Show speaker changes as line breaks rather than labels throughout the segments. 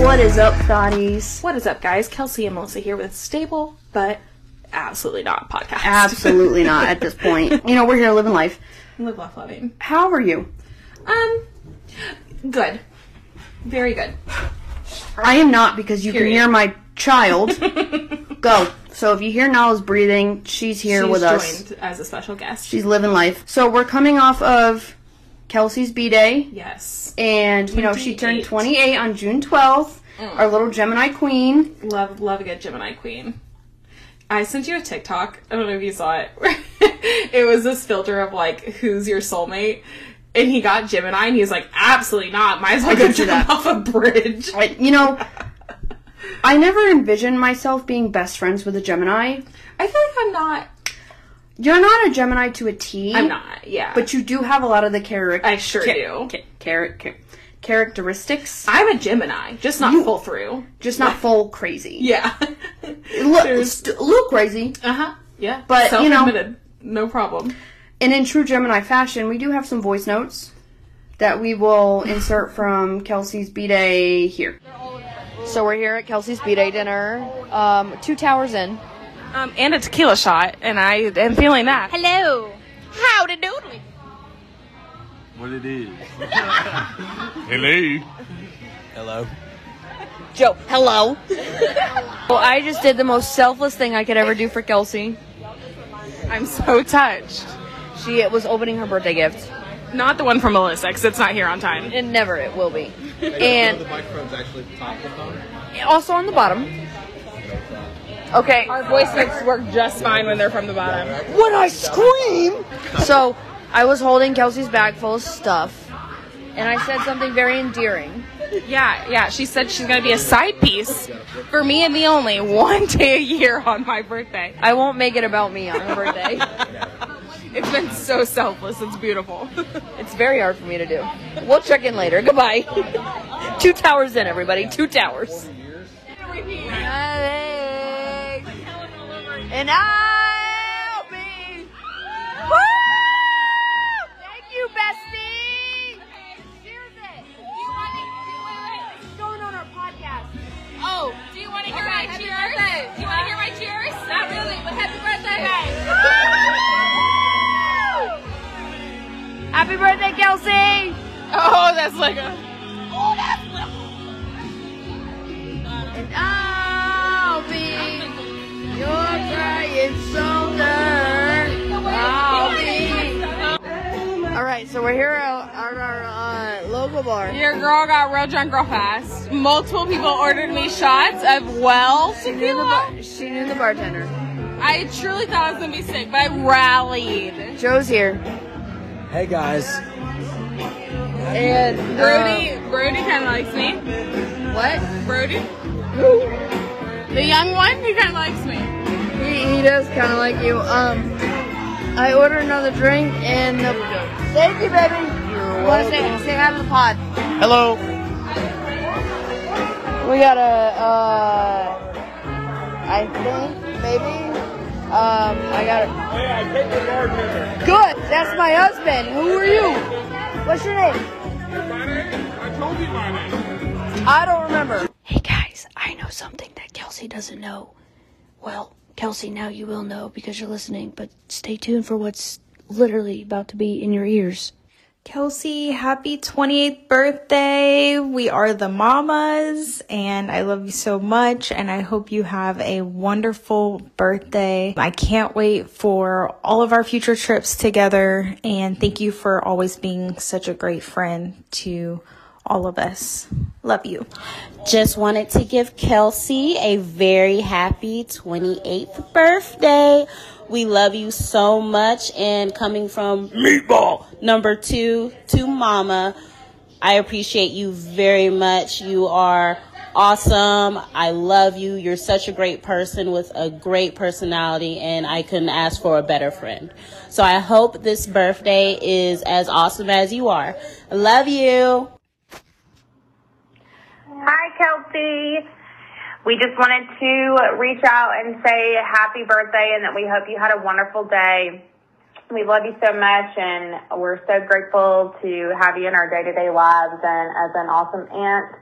What is up, thotties?
What is up, guys? Kelsey and Melissa here with Stable, but absolutely not podcast.
Absolutely not at this point. You know, we're here living life.
Live, laugh, loving.
How are you?
Um, good. Very good.
I am not because you
Period.
can hear my child. Go. So if you hear Nala's breathing, she's here
She's
with us.
joined as a special guest.
She's living life. So we're coming off of Kelsey's B Day.
yes.
And, you know, she turned
28.
28 on June 12th.
Mm.
Our little Gemini queen.
Love, love a good Gemini queen. I sent you a TikTok. I don't know if you saw it. it was this filter of like, who's your soulmate? And he got Gemini, and he was like, absolutely not. Might as well go
did see
jump
that.
off a bridge.
I, you know, I never envisioned myself being best friends with a Gemini.
I feel like I'm not.
You're not a Gemini to a T.
I'm not. Yeah.
But you do have a lot of the character.
I sure do.
characteristics.
I'm a Gemini, just not full through.
Just not full crazy.
Yeah.
Look,
There's-
st- look crazy.
Uh huh. Yeah.
But, you know-
Self-admitted. no problem.
And in true Gemini fashion, we do have some voice notes that we will insert from Kelsey's B Day here. So we're here at Kelsey's B Day dinner, um, two towers in.
Um, and a tequila shot, and I am feeling that.
Hello. Howdy doodly.
What it is.
Hello.
Hello.
Joe, hello. well, I just did the most selfless thing I could ever do for Kelsey.
I'm so touched.
She was opening her birthday gift.
Not the one from Melissa, because it's not here on time.
And never it will be. And the microphone's actually at the top of the phone. Also on the bottom. Okay.
Our voice notes work just fine when they're from the bottom.
When I scream. So I was holding Kelsey's bag full of stuff, and I said something very endearing.
Yeah, yeah. She said she's gonna be a side piece for me and me only one day a year on my birthday.
I won't make it about me on her birthday.
It's been so selfless. It's beautiful.
it's very hard for me to do. We'll check in later. Goodbye. Two towers in, everybody. Two towers. Alex. And I'll be. Woo! Thank you, bestie.
Oh, do you want to hear my cheers? Do you want to hear my cheers? Not really, but happy birthday.
Happy birthday, Kelsey.
Oh, that's like a.
I'll be your giant shoulder. I'll be. All right, so we're here at our, our uh, local bar.
Your girl got real drunk real fast. Multiple people ordered me shots of well
She knew the,
tequila.
bar- she knew the bartender.
I truly thought I was gonna be sick, but I rallied.
Joe's here.
Hey guys.
And uh,
Brody, Brody kind of likes me.
Uh,
What?
Brody, the young one, he kind of likes me.
He, he does kind of like you. Um, I ordered another drink and the. Thank you, baby. you want to say, say hi to the pod.
Hello.
We got a, uh, I think maybe. Um, I got a. Good. That's my husband. Who are you? What's your name? I don't remember.
Hey guys, I know something that Kelsey doesn't know. Well, Kelsey, now you will know because you're listening, but stay tuned for what's literally about to be in your ears.
Kelsey, happy 28th birthday. We are the mamas and I love you so much and I hope you have a wonderful birthday. I can't wait for all of our future trips together and thank you for always being such a great friend to all of us. Love you.
Just wanted to give Kelsey a very happy 28th birthday. We love you so much. And coming from Meatball number two to Mama, I appreciate you very much. You are awesome. I love you. You're such a great person with a great personality, and I couldn't ask for a better friend. So I hope this birthday is as awesome as you are. I love you.
Hi, Kelsey. We just wanted to reach out and say happy birthday and that we hope you had a wonderful day. We love you so much and we're so grateful to have you in our day to day lives and as an awesome aunt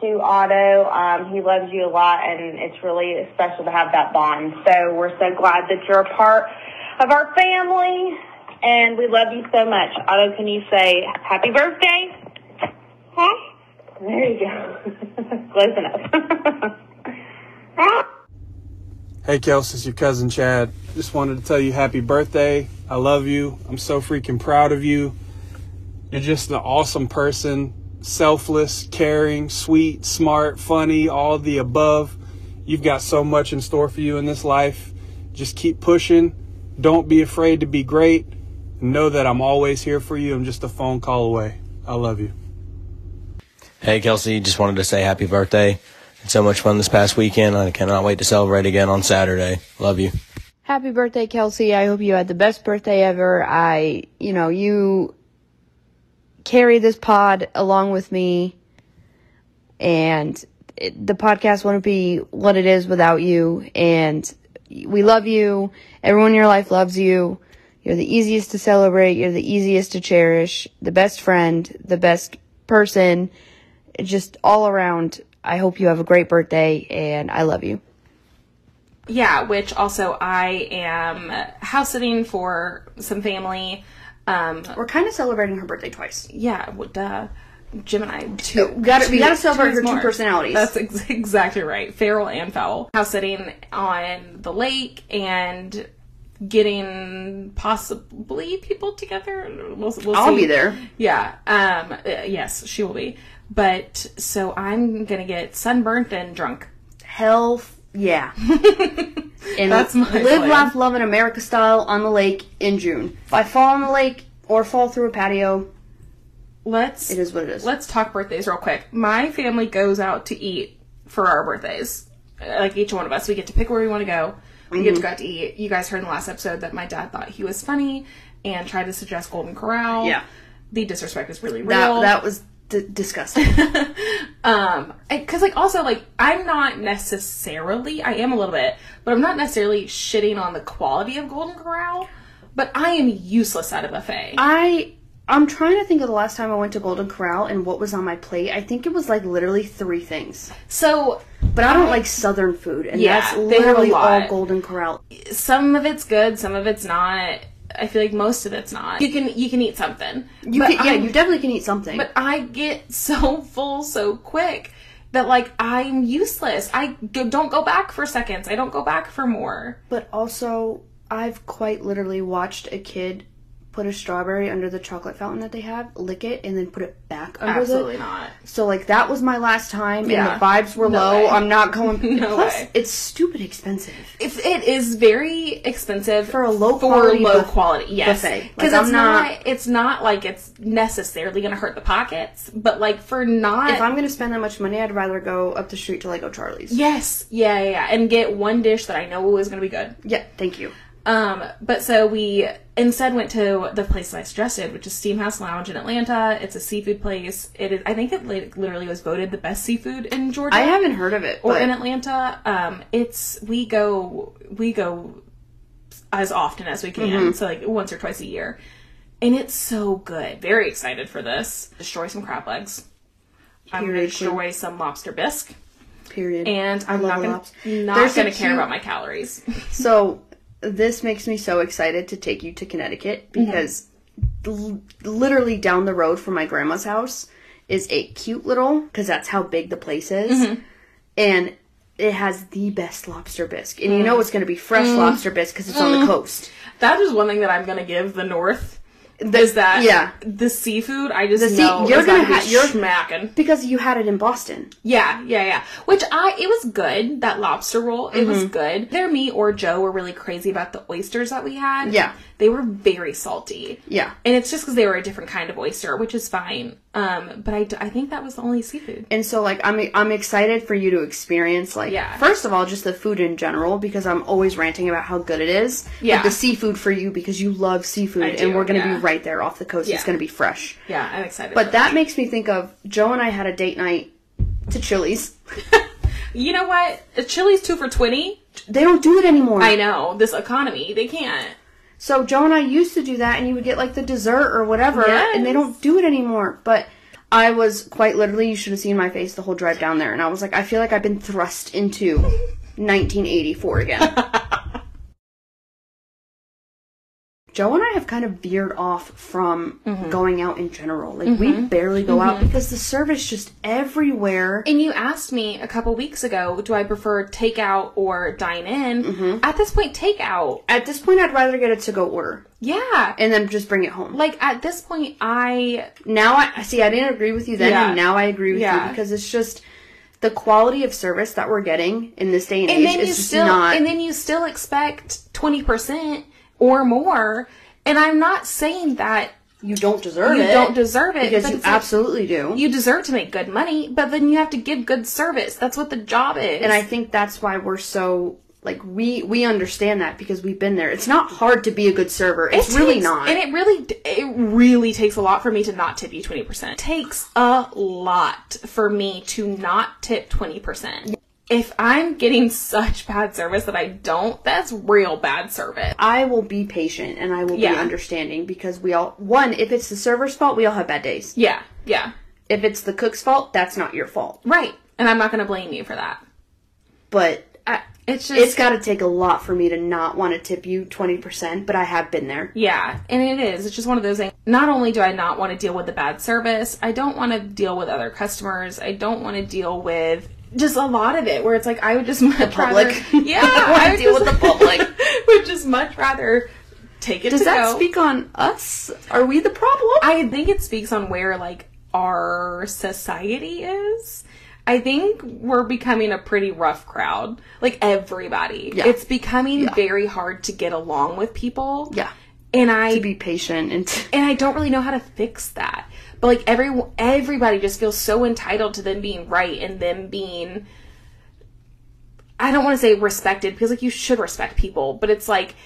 to Otto. Um, he loves you a lot, and it's really special to have that bond. So we're so glad that you're a part of our family, and we love you so much. Otto, can you say happy birthday? Huh? There you go. Close enough.
Hey, Kels, it's your cousin Chad. Just wanted to tell you happy birthday. I love you. I'm so freaking proud of you. You're just an awesome person, selfless, caring, sweet, smart, funny, all the above. You've got so much in store for you in this life. Just keep pushing. Don't be afraid to be great. Know that I'm always here for you. I'm just a phone call away. I love you.
Hey, Kelsey, just wanted to say happy birthday. It's so much fun this past weekend. I cannot wait to celebrate again on Saturday. Love you.
Happy birthday, Kelsey. I hope you had the best birthday ever. I, you know, you carry this pod along with me, and it, the podcast wouldn't be what it is without you. And we love you. Everyone in your life loves you. You're the easiest to celebrate, you're the easiest to cherish, the best friend, the best person. Just all around, I hope you have a great birthday, and I love you.
Yeah, which also I am house sitting for some family. Um,
We're kind of celebrating her birthday twice.
yeah, well, duh. Gemini two.
We gotta- we
two-
gotta celebrate her
is
two
more.
personalities.
That's ex- exactly right. Feral and foul. House sitting on the lake and getting possibly people together. We'll, we'll
I'll
see.
be there.
Yeah. Um. uh, Yes, she will be. But so I'm gonna get sunburnt and drunk.
Hell, f- yeah. And
That's my
live,
plan.
laugh, love in America style on the lake in June. If I fall on the lake or fall through a patio,
Let's
it is what it is.
let's talk birthdays real quick. My family goes out to eat for our birthdays. Uh, Like each one of us, we get to pick where we want to go. We
Mm-hmm.
get to go out to eat. You guys heard in the last episode that my dad thought he was funny and tried to suggest Golden Corral.
Yeah.
the disrespect was really
That,
real.
that was d- disgusting.
um, because like also like I'm not necessarily I am a little bit, but I'm not necessarily shitting on the quality of Golden Corral. But I am useless at a buffet.
I I'm trying to think of the last time I went to Golden Corral and what was on my plate. I think it was like literally three things.
so
But I don't like southern food, and
Yeah,
that's
they have a
literally all
lot.
Golden Corral.
some of it's good, some of it's not. I feel like most of it's not. You can you can eat something.
You
But
can, yeah,
I-
you definitely can eat something.
But I get so full so quick that like I'm useless. I g- don't go back for seconds. I don't go back for more.
But also, I've quite literally watched a kid put a strawberry under the chocolate fountain that they have, lick it, and then put it back under
Absolutely
the.
not.
So like that was my last time,
Yeah.
and the vibes were
No
low.
way.
I'm not going.
No
Plus,
way.
it's stupid expensive.
If it is very expensive
For a low
for
quality
low
buff-
quality, yes,
buffet. Like,
because
I'm
it's not,
not-
it's not like it's necessarily going to hurt the pockets, but like for not
If I'm gonna spend that much money, I'd rather go up the street to like O'Charlie's.
yes, yeah, yeah, yeah, and get one dish that I know is going to be good.
Yeah, thank you.
Um, but so we instead went to the place that I suggested, which is Steamhouse Lounge in Atlanta. It's a seafood place. It is, I think it li- literally was voted the best seafood in Georgia.
I haven't heard of it.
Or
but
in Atlanta. Um, it's we go we go as often as we can.
Mm-hmm.
So like once or twice a year, and it's so good. Very excited for this. Destroy some crab legs. I'm gonna
Period, queen.
destroy some lobster bisque,
period.
and I'm
love
not gonna
lobs-
not
There's a
gonna care
cute-
about my calories.
So this makes me so excited to take you to Connecticut
Mm-hmm.
because l- literally down the road from my grandma's house is a cute little because that's how big the place is,
Mm-hmm.
and it has the best lobster bisque, and you
Mm.
know it's going to be fresh lobster bisque because it's on the coast.
That is one thing that I'm gonna give the North.
The-
is that
yeah?
the seafood? I just
sea-
know
you're
you're
gonna
gonna,
ha-
be
you're-
smacking.
Because you had it in Boston.
Yeah, yeah, yeah. Which I it was good that lobster roll. It was good. Either me or Joe were really crazy about the oysters that we had.
Yeah.
they were very salty.
Yeah.
and it's just because they were a different kind of oyster, which is fine. Um, but I, d- I think that was the only seafood.
And so like I'm I'm excited for you to experience like
Yeah.
first of all just the food in general because I'm always ranting about how good it is.
Yeah.
But the seafood for you because you love seafood
I
and
do,
we're gonna
yeah.
be right there off the coast. It's
Yeah.
gonna be fresh.
Yeah, I'm excited. for
But that makes me think of Joe and I had a date night to Chili's.
you know what? A Chili's two for twenty.
They don't do it anymore.
I know this economy. They can't.
So Joe and I used to do that, and you would get like the dessert or whatever, and they
Yes.
don't do it anymore. But I was quite literally, you should have seen my face the whole drive down there. And I was like, I feel like I've been thrust into 1984 again. Joe and I have kind of veered off from going out in general. Like, we
Mhm.
barely go out
Mhm.
because the service just everywhere.
And you asked me a couple weeks ago, do I prefer takeout or dine in?
Mm-hmm.
At this point, takeout.
At this point, I'd rather get a to go order
Yeah.
and then just bring it home.
Like at this point, I
now I see I didn't agree with you then
Yeah.
and now I agree with
Yeah.
you because it's just the quality of service that we're getting in this day and, age is just
still
not
and then you still expect twenty percent or more. And I'm not saying that
you don't deserve
you
it.
don't deserve it
because
but
you
it's like,
absolutely do.
you deserve to make good money, but then you have to give good service. That's what the job is.
and I think that's why we're so like we we understand that because we've been there. It's not hard to be a good server. It's really
takes-
not.
and it really it really takes a lot for me to not tip you 20% takes a lot for me to not tip 20% if i'm getting such bad service that i don't that's real bad service
I will be patient and I will
Yeah.
be understanding because we all one if it's the server's fault, we all have bad days.
yeah yeah
If it's the cook's fault, that's not your fault.
right and i'm not gonna blame you for that
But
I, it's just
it's got to take a lot for me to not want to tip you 20%, but I have been there.
Yeah, and it is. It's just one of those things. Not only do I not want to deal with the bad service, I don't want to deal with other customers. I don't want to deal with just a lot of it where it's like I would just much rather
public.
Yeah,
I don't wanna
would
deal
just-
with the public.
would just much rather take it
Does
to
that
go.
speak on us? Are we the problem?
I think it speaks on where like our society is. I think we're becoming a pretty rough crowd. Like everybody.
Yeah.
It's becoming very hard to get along with people.
yeah.
And I
To be patient and
and I don't really know how to fix that. But like every everybody just feels so entitled to them being right and them being I don't want to say respected because like you should respect people, but it's like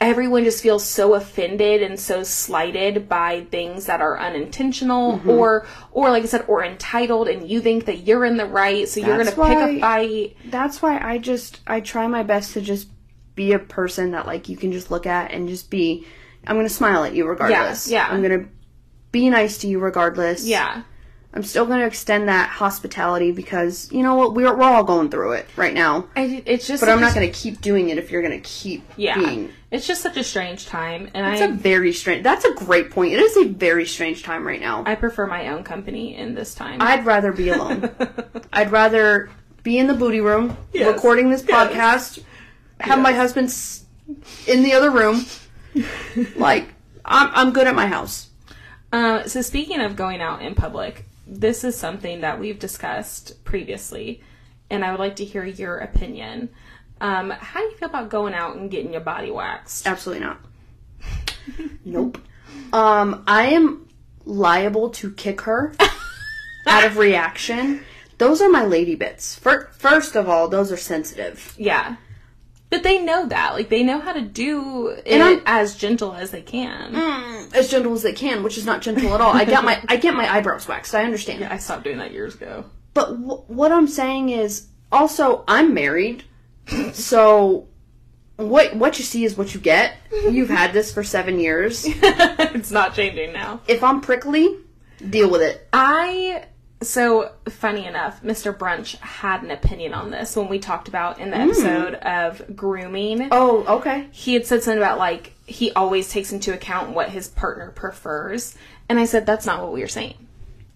everyone just feels so offended and so slighted by things that are unintentional
Mm-hmm.
or or like I said or entitled and you think that you're in the right, so you're going to
That's
pick
why-
a fight.
that's why I just I try my best to just be a person that like you can just look at and just be I'm going to smile at you regardless.
yeah.
I'm going to be nice to you regardless.
Yeah.
I'm still going to extend that hospitality because you know what we're we're all going through it right now.
I, it's just
But I'm not going to keep doing it if you're going to keep
yeah.
being
It's just such a strange time and
It's
I
a very strange. That's a great point. It is a very strange time right now.
I prefer my own company in this time.
I'd rather be alone. I'd rather be in the booty room recording this podcast, have my husband s- in the other room. like I'm, I'm good at my house.
Uh, so speaking of going out in public, this is something that we've discussed previously, and I would like to hear your opinion. Um, how do you feel about going out and getting your body waxed?
Absolutely not. nope. Um, I am liable to kick her out of reaction. Those are my lady bits. Fir- First of all, those are sensitive.
Yeah, but they know that, like they know how to do it
I'm-
as gentle as they can.
as gentle as they can, which is not gentle at all. I get my I get my eyebrows waxed. I understand.
I stopped doing that years ago.
But w- what I'm saying is, also I'm married, so what what you see is what you get. You've had this for seven years.
it's not changing now.
If I'm prickly, deal with it.
I so funny enough, Mr. Brunch had an opinion on this when we talked about in the episode of grooming.
Oh, okay.
he had said something about like he always takes into account what his partner prefers and i said that's not what we were saying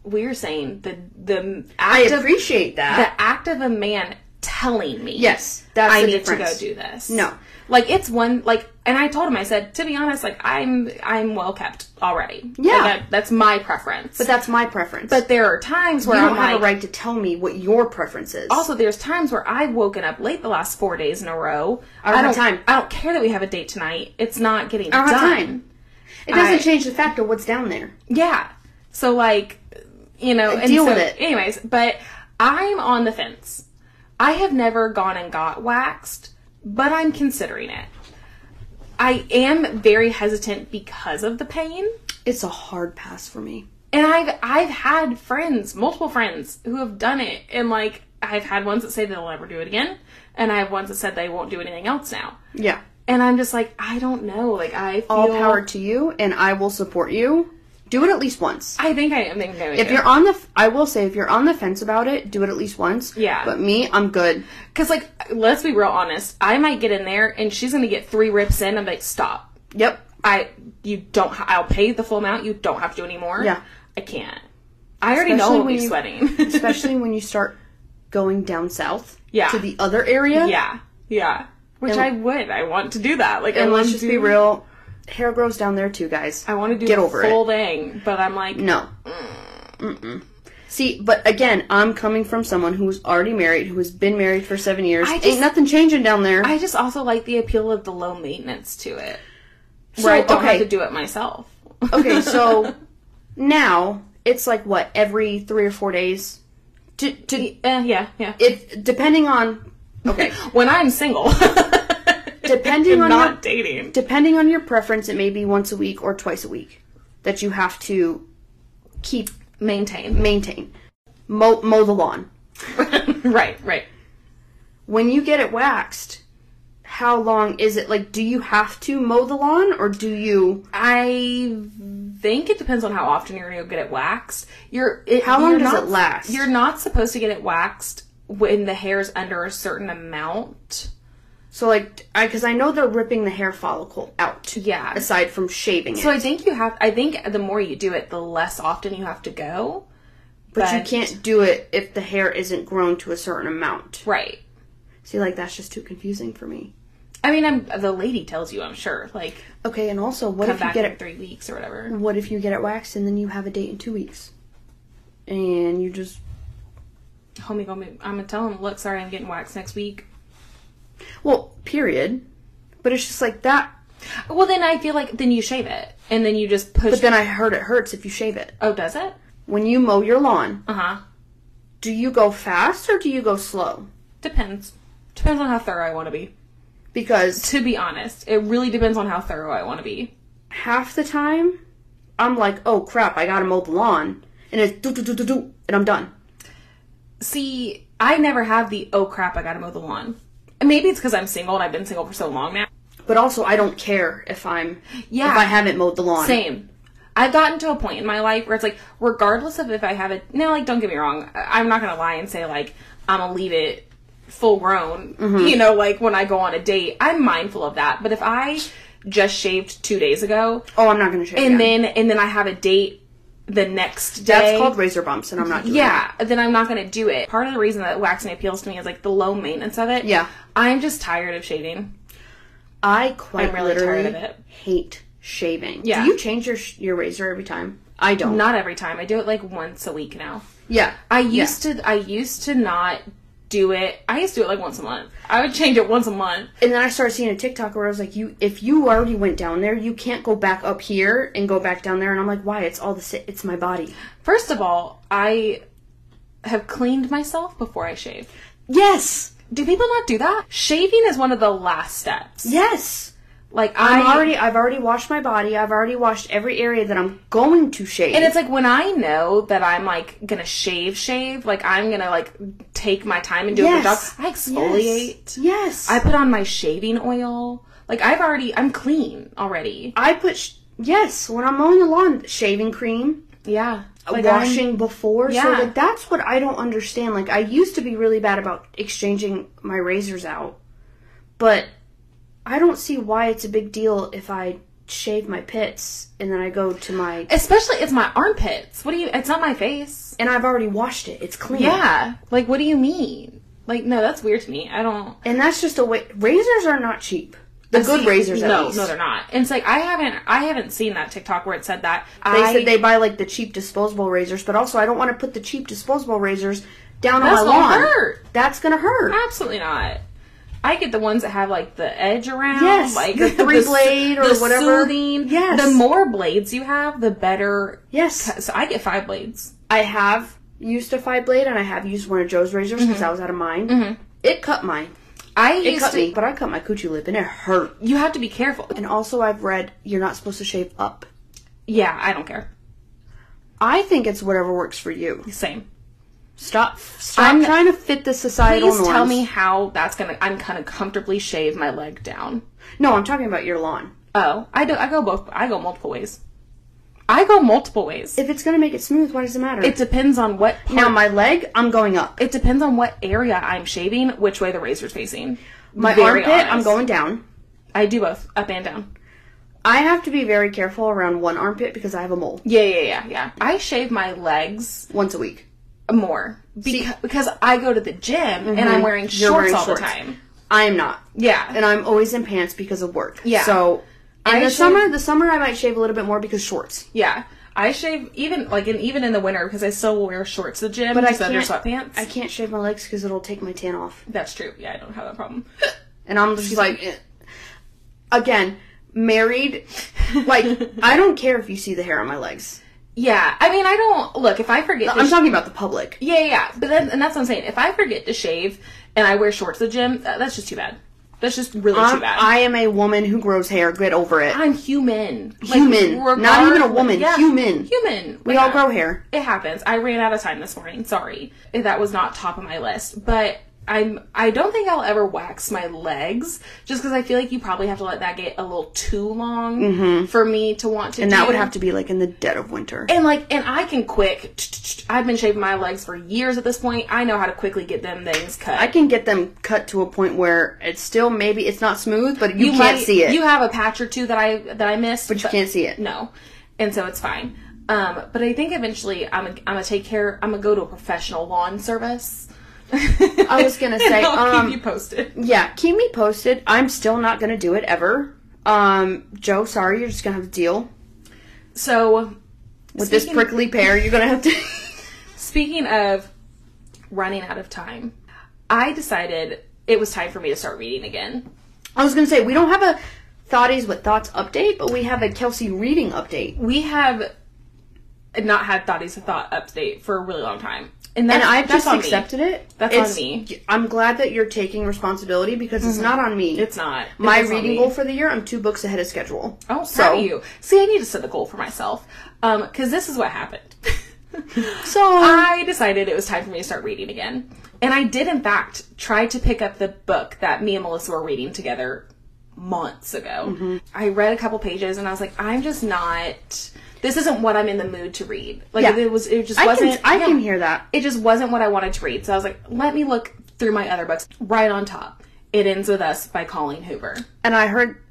we were saying the the
I
act, of,
appreciate that.
the act of a man telling me
Yes, that's
i
the
need
difference.
to go do this
No.
like it's one like and i told him i said to be honest like i'm i'm well kept already
Yeah.
Like, I- that's my preference
But that's my preference.
but there are times where
you
i'm
don't have
like
a right to tell me what your preference is.
also there's times where I've woken up late the last four days in a row. I
don't have
don't
time.
I don't care that we have a date tonight. It's not getting
I don't have
done.
time. it doesn't
I-
change the fact of what's down there.
Yeah. So like, you know, and
Deal
so,
with it.
Anyways, but I'm on the fence. I have never gone and got waxed, but I'm considering it. I am very hesitant because of the pain.
It's a hard pass for me.
And I've I've had friends, multiple friends, who have done it, and like I've had ones that say they'll never do it again, and I have ones that said they won't do anything else now.
Yeah.
And I'm just like, I don't know. Like I feel
all power to you and I will support you. Do it at least once.
I think I am thinking I would
If
do.
you're on the, f- I will say, if you're on the fence about it, do it at least once.
Yeah.
But me, I'm good.
Cause like, let's be real honest. I might get in there and she's gonna get three rips in. I'm like, stop.
Yep.
I you don't. ha- I'll pay the full amount. You don't have to anymore.
Yeah.
I can't. I already
Especially
know
when
I'll be
you-
sweating.
Especially when you start going down south.
Yeah.
To the other area.
yeah, yeah. Which
And-
I would. I want to do that. Like, I
And
want
let's
to
just
do,
be real. Hair grows down there too, guys.
I want to do
Get
the
over it.
full thing, but I'm like,
No. Mm-mm. See, but again, I'm coming from someone who's already married, who has been married for seven years.
I
Ain't
just-
nothing changing down there.
I just also like the appeal of the low maintenance to it, where
So,
I don't
okay.
have to do it myself.
okay, so now it's like what every three or four days. To, to
Uh, yeah, yeah.
if depending on okay,
when I'm single,
depending
and
on
not
your,
dating.
depending on your preference, it may be once a week or twice a week that you have to keep
Maintain.
maintain mow, mow the lawn.
right, right.
When you get it waxed, how long is it? Like, do you have to mow the lawn or do you?
I think it depends on how often you're going to get it waxed. You're it,
How long
you're
does
not-
it last?
You're not supposed to get it waxed when the hair's under a certain amount.
So like, I because I know they're ripping the hair follicle out.
Yeah.
Aside from shaving it,
So I think you have. I think the more you do it, the less often you have to go.
but you can't do it if the hair isn't grown to a certain amount.
Right.
See, like that's just too confusing for me.
I mean, I'm the lady tells you. I'm sure. Like
Okay, and also, what
come
if you
back
get
in
it?
three weeks or whatever.
What if you get it waxed and then you have a date in two weeks, and you just
Homie, go. I'm gonna tell him. Look, sorry, I'm getting waxed next week.
well, period. But it's just like that.
Well, then I feel like then you shave it and then you just push.
But then I heard it hurts if you shave it.
oh, does it?
When you mow your lawn,
Uh huh.
do you go fast or do you go slow?
Depends. Depends on how thorough I want to be.
Because
To be honest, it really depends on how thorough I want to be.
half the time, I'm like, oh crap, I gotta mow the lawn, and it's do do do do do, and I'm done.
See, I never have the oh crap, I gotta mow the lawn. And Maybe it's because I'm single and I've been single for so long now.
But also, I don't care if I'm
Yeah.
if I haven't mowed the lawn.
Same. I've gotten to a point in my life where it's like, regardless of if I have it, now, like, don't get me wrong, I- I'm not gonna lie and say, like, I'm gonna leave it full grown,
Mm-hmm.
you know, like when I go on a date. I'm mindful of that. But if I just shaved two days ago
Oh, I'm not gonna shave.
and
again.
then, and then I have a date the next day.
that's called razor bumps, and I'm not doing that.
Yeah, then I'm not going to do it. Part of the reason that waxing appeals to me is like the low maintenance of it.
Yeah.
I'm just tired of shaving.
I quite
I'm really
literally
tired of it.
hate shaving.
Yeah.
Do you change your sh- your razor every time? I don't.
Not every time. I do it like once a week now.
yeah.
I used to I used to not do it. I used to do it like once a month. I would change it once a month.
and then I started seeing a TikTok where I was like, "You, if you already went down there, you can't go back up here and go back down there." And I'm like, "Why? It's all the si- it's my body."
First of all, I have cleaned myself before I shave.
Yes.
Do people not do that? Shaving is one of the last steps.
Yes.
Like
I'm
I
already I've already washed my body. I've already washed every area that I'm going to shave.
And it's like when I know that I'm like gonna shave, shave, like I'm gonna like take my time and do a good job.
Yes.
I exfoliate.
Yes.
I put on my shaving oil. Like I've already, I'm clean already.
I put sh- yes when I'm mowing the lawn, shaving cream,
Yeah, like I'm-
washing before. So
Yeah.
like, that's what I don't understand. Like I used to be really bad about exchanging my razors out, but I don't see why it's a big deal if I shave my pits and then I go to my
especially it's my armpits. What do you? It's not my face.
and I've already washed it. It's clean.
Yeah, like what do you mean? Like no, that's weird to me. I don't.
And that's just a way. Razors are not cheap. The good
See,
razors, at
no,
least.
no, they're not. And it's like I haven't, I haven't seen that TikTok where it said that.
They
I,
said they buy like the cheap disposable razors, but also I don't want to put the cheap disposable razors down
That's
on my
gonna
lawn.
hurt.
That's gonna hurt.
Absolutely not. I get the ones that have like the edge around,
Yes,
like
the three
s-
blade or
the
whatever.
Soothing.
Yes.
the more blades you have, the better.
Yes,
So I get five blades.
I have used a five blade, and I have used one of Joe's razors because I was out of mine. It cut mine.
I
It
Mm-hmm. used
cut
to.
me, but I cut my coochie lip, and it hurt.
You have to be careful.
And also, I've read you're not supposed to shave up.
Yeah, I don't care.
I think it's whatever works for you.
Same.
Stop. Stop
I'm-
trying to fit the societal
Please tell
norms.
me how that's gonna. I'm gonna comfortably shave my leg down.
No, I'm talking about your lawn.
Oh, I do. I go both. I go multiple ways. I go multiple ways.
If it's gonna make it smooth, why does it matter?
It depends on what. Part,
now my leg, I'm going up.
it depends on what area I'm shaving, which way the razor's facing.
My
Very
armpit, I'm
honest.
going down.
I do both, up and down.
I have to be very careful around one armpit because I have a mole
Yeah, yeah, yeah, yeah. I shave my legs
once a week.
more
See- Mm-hmm.
beca- because I go to the gym and I'm wearing shorts
You're wearing
all
shorts.
the time.
I am not,
Yeah,
and I'm always in pants because of work.
Yeah.
So in
I
the
shave-
summer, the summer I might shave a little bit more because shorts.
yeah. I shave even like and even in the winter because I still wear shorts to the gym,
But I
just under
can't-
sweatpants.
I can't shave my legs because it'll take my tan off,
That's true. Yeah, I don't have that problem.
and I'm just like, eh. again, married. Like I don't care if you see the hair on my legs.
yeah, I mean, I don't look if I forget. To
I'm
sh-
talking about the public.
yeah, yeah, yeah. But then, and that's what I'm saying. If I forget to shave and I wear shorts to the gym, that, that's just too bad. That's just really too
I'm,
bad.
I am a woman who grows hair. Get over it.
I'm human. Like,
Human. Not even a
regardless-
woman.
Yeah,
Human.
Human.
we
Like,
all
uh,
grow hair.
It happens. I ran out of time this morning. Sorry. That was not top of my list. But I'm I don't think I'll ever wax my legs just cuz I feel like you probably have to let that get a little too long for me to want
Mm-hmm.
to
And that would have to
to.
be like in the dead of winter.
And like, and I can quick. I've been shaving my legs for years at this point. I know how to quickly get them things cut.
I can get them cut to a point where it's still maybe it's not smooth, but you, can't
might-
see it.
You have a patch or two that I that I missed,
but you can't see it.
No, and so it's fine. Um, but I think eventually I'm I'm gonna take care. I'm gonna go to a professional lawn service. I
was gonna say,
I'll
um,
keep you posted.
Yeah, keep me posted. I'm still not gonna do it ever. Um, Joe, sorry, you're just gonna have to deal
So
with this
Speaking-
prickly pear. You're gonna have to.
Speaking of running out of time, I decided it was time for me to start reading again.
I was gonna say we don't have a thoughties with thoughts update, but we have a Kelsey reading update.
We have not had Thoughties of Thought update for a really long time, and that's,
And I've
that's
just
on me.
accepted it.
That's on
it's,
me. Mm-hmm.
I'm glad that you're taking responsibility because it's not on me.
It's not It
my
was on
reading
me.
goal for the year. I'm two books ahead of schedule.
Oh, so you see, I need to set the goal for myself because this is what happened. so
Um,
I decided it was time for me to start reading again, and I did in fact try to pick up the book that me and Melissa were reading together months ago.
Mm-hmm.
I read a couple pages and I was like, I'm just not. This isn't what I'm in the mood to read. Like
Yeah.
it was, it just
I
wasn't.
can I
yeah
can hear that.
it just wasn't what I wanted to read. So I was like, let me look through my other books. Right on top, It Ends With Us by Colleen Hoover.
And I heard,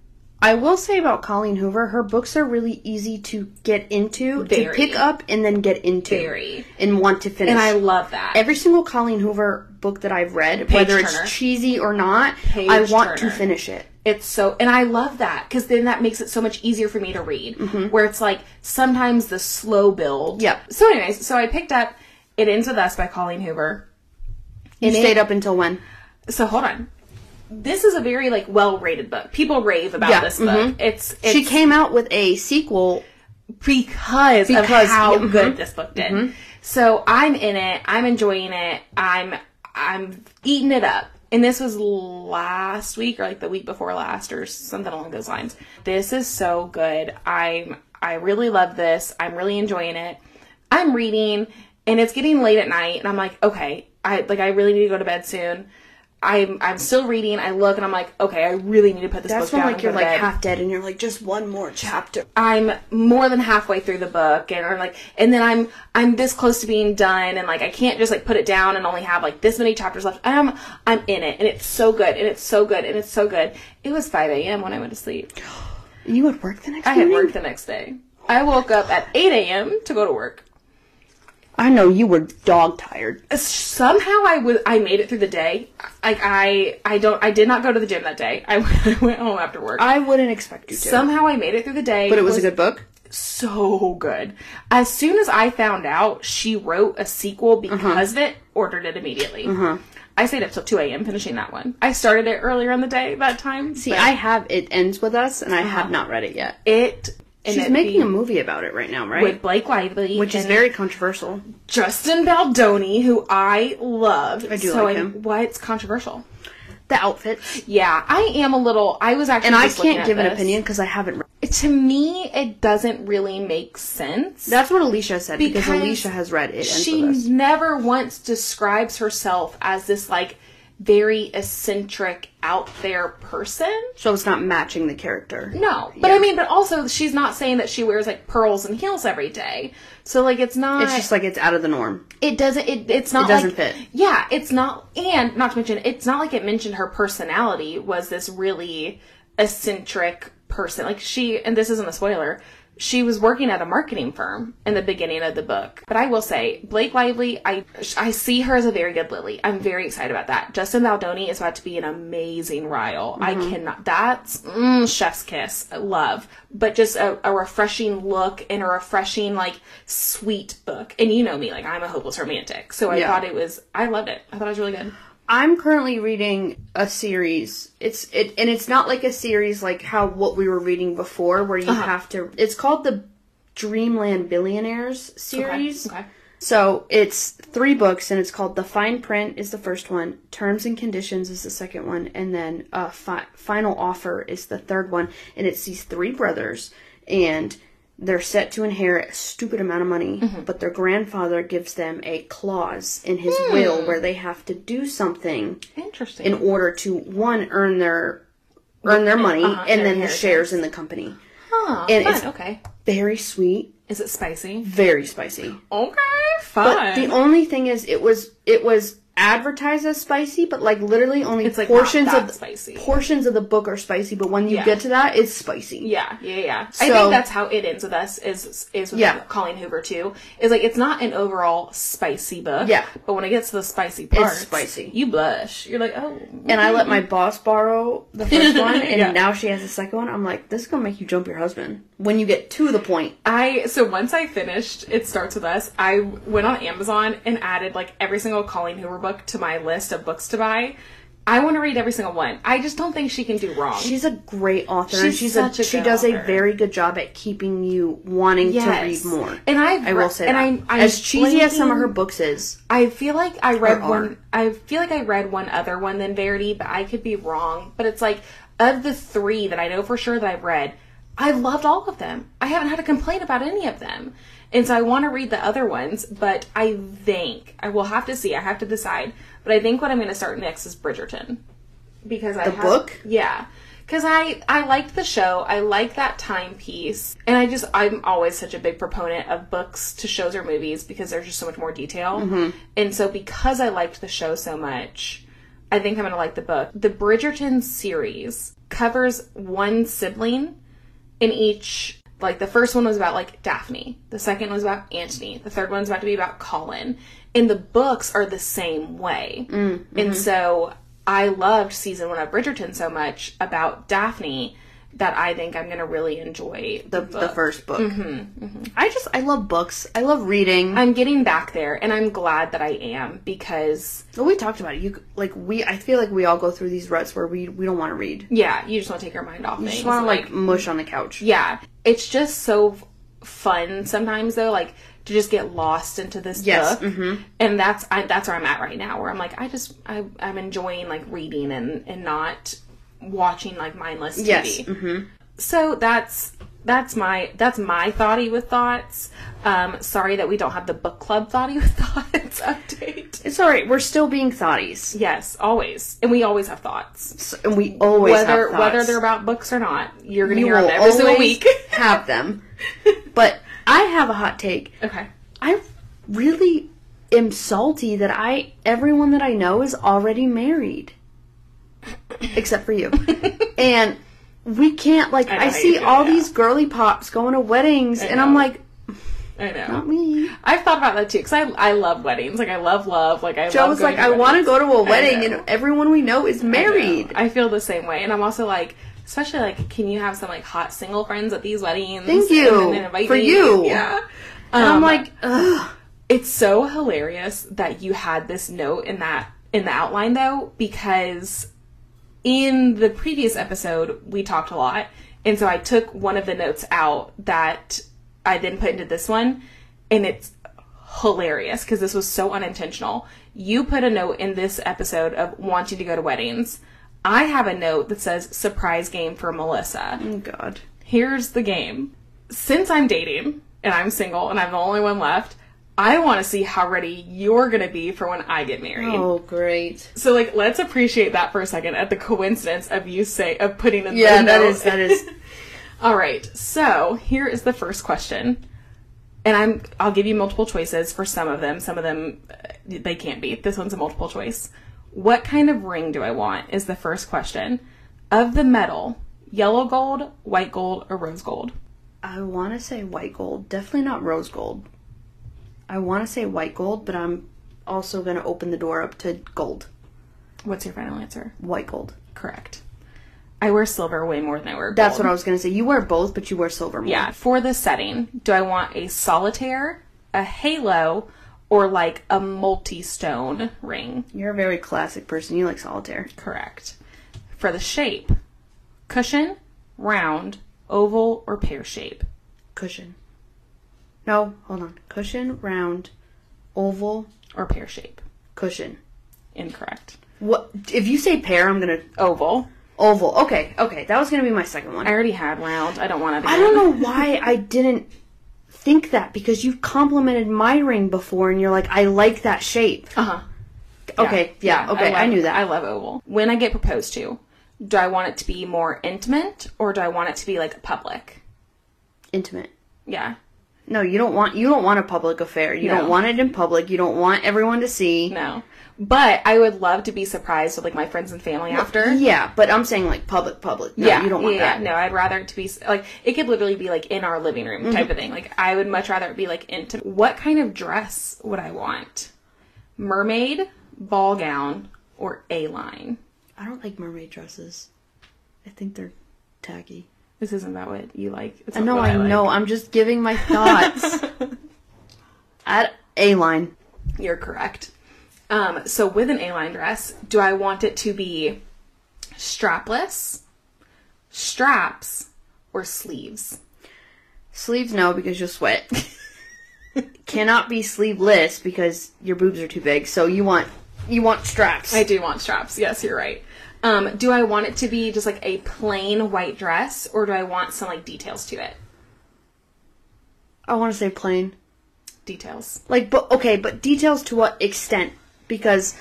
I will say about Colleen Hoover, her books are really easy to get into, to
Very.
pick up, and then get into,
Very.
and want to finish.
And I love that.
every single Colleen Hoover book that I've read, whether
turner.
it's cheesy or not. I want
turner.
to finish it.
it's so, and I love that because then that makes it so much easier for me to read. Where it's like sometimes the slow build.
Mm-hmm. Yep.
So, anyways, so I picked up It Ends With Us by Colleen Hoover.
You stayed up until when?
So hold on. This is a very like well rated book. People rave about
Yeah, Mm-hmm.
this book. It's, it's
she came out with a sequel.
because, of
Because-
how
yeah, mhm.
good this book did. So I'm in it. I'm enjoying it. I'm I'm eating it up. And this was last week or like the week before last or something along those lines. This is so good. I'm I really love this. I'm really enjoying it. I'm reading and it's getting late at night and I'm like, okay, I like I really need to go to bed soon. I'm I'm still reading. I look and I'm like, okay, I really need to put this
That's
book
when
down.
like
and
you're
go to
like
bed.
half dead, and you're like just one more chapter.
I'm more than halfway through the book and I'm like and then I'm I'm this close to being done and like I can't just like put it down and only have like this many chapters left. I'm I'm in it and it's so good and it's so good and it's so good. It was five AM when I went to sleep.
You would work the next.
I had
morning?
work the next day. I woke up at eight AM to go to work.
I know you were dog tired.
somehow I would I made it through the day. Like I I don't I did not go to the gym that day. I went home after work.
I wouldn't expect you to.
somehow I made it through the day.
but it was, a good book.
so good. As soon as I found out she wrote a sequel
Uh-huh.
because of it, ordered it immediately. I stayed up till 2 a.m. finishing that one. I started it earlier in the day that time.
See, I have it ends with us, and I have not read it yet.
it. and
She's
it
making
be-
a movie about it right now, right?
with Blake Lively,
Which is
and
very controversial.
Justin Baldoni, who I love.
I do
so
like
I'm-
him.
What's controversial?
The outfits.
Yeah, I am a little. I was actually
And I
just looking
can't
at
give an
this.
opinion because I haven't read
To me, it doesn't really make sense.
That's what Alicia said because,
Because
Alicia has read it. Ends
she
With Us.
never once describes herself as this like very eccentric, out there person.
So it's not matching the character.
No, but I mean, but also she's not saying that she wears like pearls and heels every day. So like, it's not.
It's just like it's out of the norm.
it doesn't. It, it's not.
it doesn't
like-
fit.
Yeah, it's not. And not to mention, it's not like it mentioned her personality was this really eccentric person. Like she, and this isn't a spoiler. She was working at a marketing firm in the beginning of the book. But I will say, Blake Lively, I I see her as a very good Lily. I'm very excited about that. Justin Baldoni is about to be an amazing Ryle. I
Mm-hmm.
cannot. That's mm, chef's kiss love, but just a, a refreshing look and a refreshing like sweet book. And you know me, like I'm a hopeless romantic, so I
Yeah.
thought it was. I loved it. I thought it was really good.
I'm currently reading a series. It's it and it's not like a series like how what we were reading before where you have to it's called the Dreamland Billionaires series.
Okay.
So it's three books, and it's called The Fine Print is the first one, Terms and Conditions is the second one, and then uh, fi- Final Offer is the third one. And it's these three brothers, and they're set to inherit a stupid amount of money,
Mm-hmm.
but their grandfather gives them a clause in his will where they have to do something
Hmm. Interesting.
in order to one earn their earn their money
Uh-huh,
and then
their
the
inheritance.
shares in the company.
huh,
and
fun.
it's-
okay.
Very sweet,
Is it spicy?
very spicy.
Okay.
But
Fun.
the only thing is, it was it was advertised as spicy, but like literally only
It's, like, not
portions
that
of the,
spicy.
portions of the book are spicy. But when you
Yeah.
get to that, it's spicy.
Yeah, yeah, yeah. I
So-
think that's how it ends with us is is with
Yeah.
Colleen Hoover too. Is like it's not an overall spicy book.
Yeah.
But when it gets to the spicy part,
spicy.
You blush. You're like, oh.
And I let my boss borrow the first one, and
Yeah.
now she has the second one. I'm like, this is gonna make you jump your husband when you get to the point.
I so once I finished It Starts With Us, I went on Amazon and added like every single Colleen Hoover book to my list of books to buy. I want to read every single one. I just don't think she can do wrong.
She's a great author, and
She's
she's
such
a,
a
she
good
does
author.
a very good job at keeping you wanting
Yes.
to read more.
And I've
I will
re-
say
and
that.
I'm- I'm
as cheesy as some of
blanking-
her books is,
I feel like I read
Or are.
one. I feel like I read one other one than Verity, but I could be wrong. But it's like of the three that I know for sure that I've read, I loved all of them. I haven't had a complaint about any of them, and so I want to read the other ones. But I think I will have to see. I have to decide. But I think what I'm going to start next is Bridgerton because I
The
have-
book?
Yeah. Cause I I liked the show, I like that timepiece, and I just I'm always such a big proponent of books to shows or movies because there's just so much more detail,
Mm-hmm.
and so because I liked the show so much, I think I'm gonna like the book. The Bridgerton series covers one sibling in each like the first one was about like Daphne, the second was about Antony, the third one's about to be about Colin. And the books are the same way. And so I loved season one of Bridgerton so much about Daphne that I think I'm gonna really enjoy the, book.
the first book.
Mm-hmm,
I just I love books. I love reading.
I'm getting back there and I'm glad that I am because
Well, we talked about it. You like we. I feel like we all go through these ruts where we we don't want to read. You
yeah, you just wanna take your mind off things.
just want to like mush on the couch.
yeah it's just so f- fun sometimes though like to just get lost into this
Yes, mm-hmm.
book and that's I, that's where i'm at right now where i'm like i just I, i'm enjoying like reading and and not watching like mindless tv
Yes, mm-hmm.
so that's that's my that's my thoughty with thoughts um sorry that we don't have the book club thoughty with thoughts update
It's all right. We're still being thoughties,
yes always and we always have thoughts
So- and we always
whether
have thoughts.
whether they're about books or not you're gonna
we
hear
will
them every single
always
week
have them. But I have a hot take.
okay
I really am salty that I everyone that I know is already married, except for you, and we can't like.
know
I,
how you
see
feel,
all
yeah.
these girly pops going to weddings, and I'm
know.
like,
i know
not me.
I've thought about that too because I I love weddings. Like I love love. Like I.
Joe
love
was
going
like, I want to go to a wedding,
know.
and everyone we know is married.
I feel the same way, and I'm also like, especially like, can you have some like hot single friends at these weddings?
Thank
And
you.
then invite
For
me?
you.
Yeah.
And I'm
Um,
like, ugh.
it's so hilarious that you had this note in that in the outline though because in the previous episode we talked a lot and so i took one of the notes out that i then put into this one and it's hilarious because this was so unintentional you put a note in this episode of wanting to go to weddings i have a note that says surprise game for melissa
Oh, God.
here's the game. Since I'm dating and I'm single and I'm the only one left, I want to see how ready you're going to be for when I get married.
Oh, great.
So like let's appreciate that for a second at the coincidence of you say of putting in
Yeah,
the
that
note.
is- that is-
All right. So, here is the first question. And I'm I'll give you multiple choices for some of them. Some of them uh, they can't be. This one's a multiple choice. What kind of ring do I want is the first question. Of the metal, yellow gold, white gold, or rose gold?
I want to say white gold. Definitely not rose gold. I want to say white gold, but I'm also going to open the door up to gold.
What's your final answer?
White gold.
Correct. I wear silver way more than I wear gold.
That's what I was going to say. You wear both, but you wear silver more.
Yeah, for the setting, do I want a solitaire, a halo, or like a multi stone ring?
You're a very classic person. You like solitaire.
Correct. For the shape, cushion, round, oval, or pear shape?
Cushion. No, hold on. Cushion, round, oval,
or pear shape.
Cushion.
Incorrect.
What if you say pear? I'm gonna
oval.
Oval. Okay, okay. That was gonna be my second one.
I already had round. I don't want to.
I don't know why I didn't think that because you've complimented my ring before, and you're like, I like that shape.
Uh huh.
Uh-huh. Okay, yeah, okay. I,
love-
knew that.
I love oval. When I get proposed to, do I want it to be more intimate or do I want it to be like public?
Intimate.
Yeah.
No, you don't want you don't want a public affair. You
No.
don't want it in public. You don't want everyone to see.
No. But I would love to be surprised with like my friends and family after.
Yeah, but I'm saying like public, public. No,
yeah,
you don't want
yeah,
that.
yeah. No, I'd rather it to be s- like it could literally be like in our living room type
Mhm.
of thing. Like I would much rather it be like into what kind of dress would I want? Mermaid, ball gown, or A line?
I don't like mermaid dresses. I think they're tacky.
This isn't that what you like. It's
I
not
know,
what
I,
like.
know. I'm just giving my thoughts. At A line.
You're correct. Um, so with an A-line dress, do I want it to be strapless, straps, or sleeves?
Sleeves, no, because you'll sweat. Cannot be sleeveless because your boobs are too big. So you want you want straps.
I do want straps. Yes, you're right. Um, do I want it to be just like a plain white dress, or do I want some like details to it?
I want to say plain.
Details.
Like, but okay, but details to what extent? Because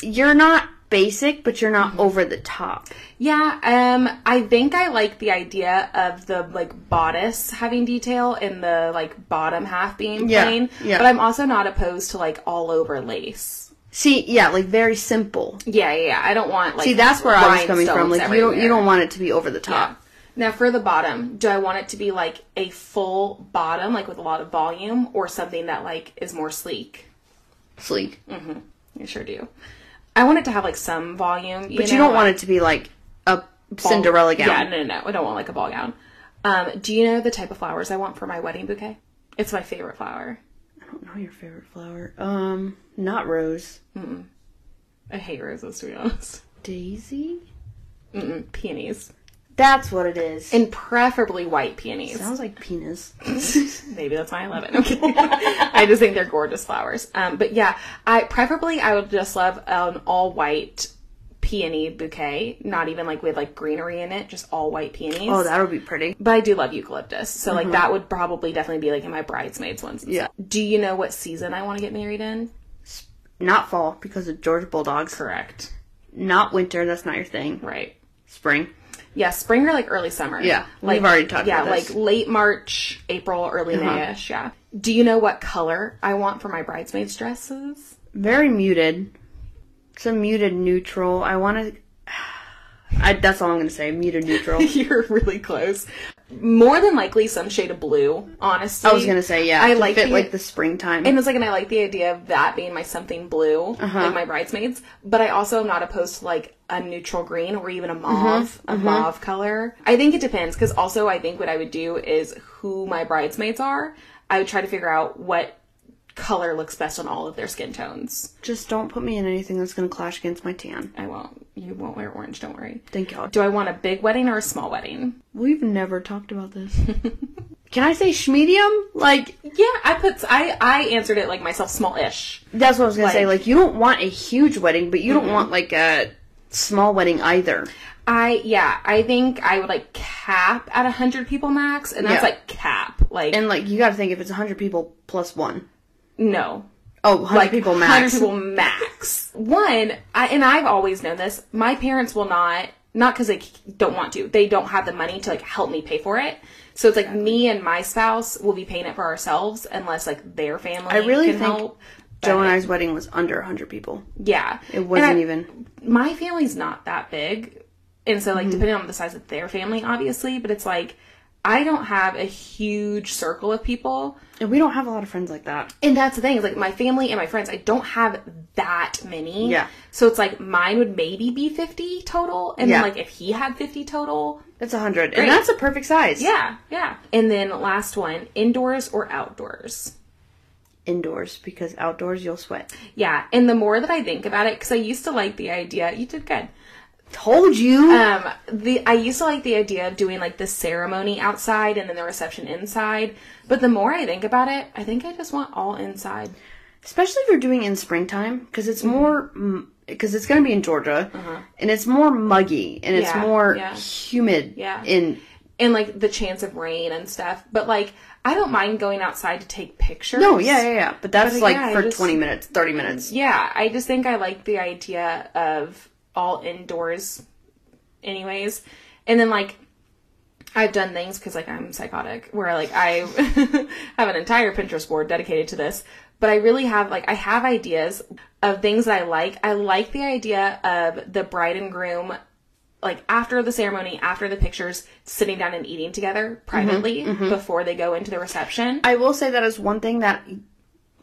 you're not basic, but you're
Mm-hmm.
not over the top.
Yeah, um, I think I like the idea of the like bodice having detail and the like bottom half being
Yeah,
plain.
yeah.
But I'm also not opposed to like all over lace.
See, yeah, like very simple.
Yeah, yeah, yeah. I don't want like
See, that's where I was coming from.
rhinestones
Like, you don't you
everywhere.
don't want it to be over the top.
Now for the bottom, do I want it to be like a full bottom, like with a lot of volume, or something that like is more sleek?
Sleek.
Mm-hmm. I sure do. I want it to have like some volume,
but you
know,
don't want
like
it to be like a
ball-
Cinderella gown.
Yeah, no, no, no. I don't want like a ball gown. Um, do you know the type of flowers I want for my wedding bouquet? It's my favorite flower.
I don't know your favorite flower. Um, not rose.
Mm-mm. I hate roses to be honest.
Daisy.
Mm-mm. Peonies,
That's what it is.
and preferably white peonies.
Sounds like penis.
Maybe that's why I love it. Okay. I just think they're gorgeous flowers. Um, but yeah, I preferably I would just love an all white peony bouquet, not even like with like greenery in it, just all white peonies.
Oh, that would be pretty.
But I do love eucalyptus, so like
Mhm.
that would probably definitely be like in my bridesmaids ones. and
Yeah.
stuff. Do you know what season I want to get married in?
Not fall because of Georgia Bulldogs.
Correct.
Not winter. That's not your thing.
Right.
Spring.
Yeah, spring or like early summer.
Yeah,
like
we've already talked
yeah,
about this.
like late March, April, early
Uh-huh.
Mayish. Yeah. Do you know what color I want for my bridesmaids dresses?
Very muted. Some muted neutral. I want to. I, that's all I'm gonna say. Muted neutral.
You're really close. More than likely, some shade of blue. Honestly,
I was gonna say yeah.
I
to
like
fit
the-
like the springtime.
And it's like, and I like the idea of that being my something blue,
Uh-huh.
like my bridesmaids. But I also am not opposed to like a neutral green or even a mauve, a
mhm.
mauve color. I think it depends because also I think what I would do is who my bridesmaids are. I would try to figure out what color looks best on all of their skin tones.
Just don't put me in anything that's gonna clash against my tan.
I won't. You won't wear orange. Don't worry.
Thank God.
Do I want a big wedding or a small wedding?
We've never talked about this. Can I say schmedium? Like
Yeah, I put I I answered it like myself, small-ish.
That's what I was gonna say.
Like-
Like you don't want a huge wedding, but you don't
Mhm.
want like a small wedding either.
I yeah, I think I would like cap at hundred people max, and that's
Yeah.
like cap. Like
And like you got to think if it's hundred people plus one,
No.
Oh, 100 people max.
100 people max. One, I, and I've always known this, my parents will not, not because they c- don't want to, they don't have the money to like help me pay for it. So it's like me and my spouse will be paying it for ourselves unless like their family
I really
can
think
help.
Joe and I's wedding was under 100 people.
Yeah.
It wasn't
And I-
even.
My family's not that big. And so like
Mm-hmm.
depending on the size of their family obviously, but it's like I don't have a huge circle of people.
And we don't have a lot of friends like that.
And that's the thing, is like my family and my friends, I don't have that many.
Yeah.
So it's like mine would maybe be 50 total. And
Yeah.
then like if he had 50 total.
It's 100.
Great.
And that's a perfect size.
Yeah, yeah. And then last one, indoors or outdoors?
Indoors, because outdoors you'll sweat.
Yeah. And the more that I think about it, because I used to like the idea, you did good.
Told you.
Um, the I used to like the idea of doing like the ceremony outside and then the reception inside. But the more I think about it, I think I just want all inside.
Especially if you're doing it in springtime, because it's more. Because it's going to be in Georgia, and it's more muggy, and it's
Yeah,
more
yeah.
humid.
Yeah.
In
and like the chance of rain and stuff. But like, I don't mind going outside to take pictures.
no, oh, yeah, yeah, yeah. But that's
But,
like
yeah, I
for
just-
20 minutes, 30 minutes.
Yeah, I just think I like the idea of all indoors, anyways. And then like, I've done things because like I'm psychotic, where like I have an entire Pinterest board dedicated to this. But I really have like I have ideas of things that I like. I like the idea of the bride and groom like after the ceremony, after the pictures, sitting down and eating together privately before they go into the reception.
I will say that is one thing that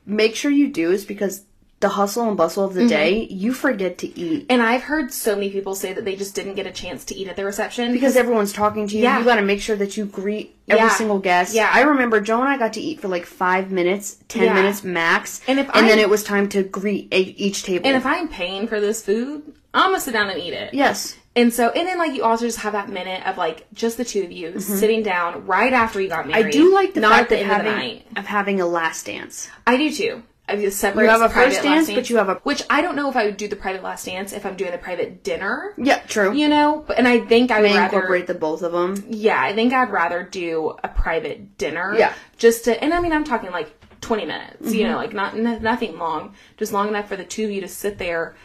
make sure you do is because the hustle and bustle of the
Mm-hmm.
day, you forget to eat
And I've heard so many people say that they just didn't get a chance to eat at the reception.
because everyone's talking to you.
Yeah.
You got to make sure that you greet every
Yeah.
single guest.
Yeah.
I remember Joe and I got to eat for like five minutes, ten
Yeah.
minutes max,
And if
and then
I-
it was time to greet a- each table.
and if I'm paying for this food, I'm gonna sit down and eat it.
yes,
And so, and then like you also just have that minute of like just the two of you sitting down right after you got married.
Mm-hmm. I do like the
not
fact
at the
of
end
having
of the night.
of having a last dance.
I do too. I do separate.
You have a
private
first
last
dance, but you have a-
which I don't know if I would do the private last dance if I'm doing the private dinner.
Yeah, true.
You know, but, and I think I would
May
rather
incorporate the both of them.
Yeah, I think I'd rather do a private dinner.
Yeah. Mm-hmm.
Just to, and I mean, I'm talking like 20 minutes, you know, like not n- nothing long, just long enough for the two of you to sit there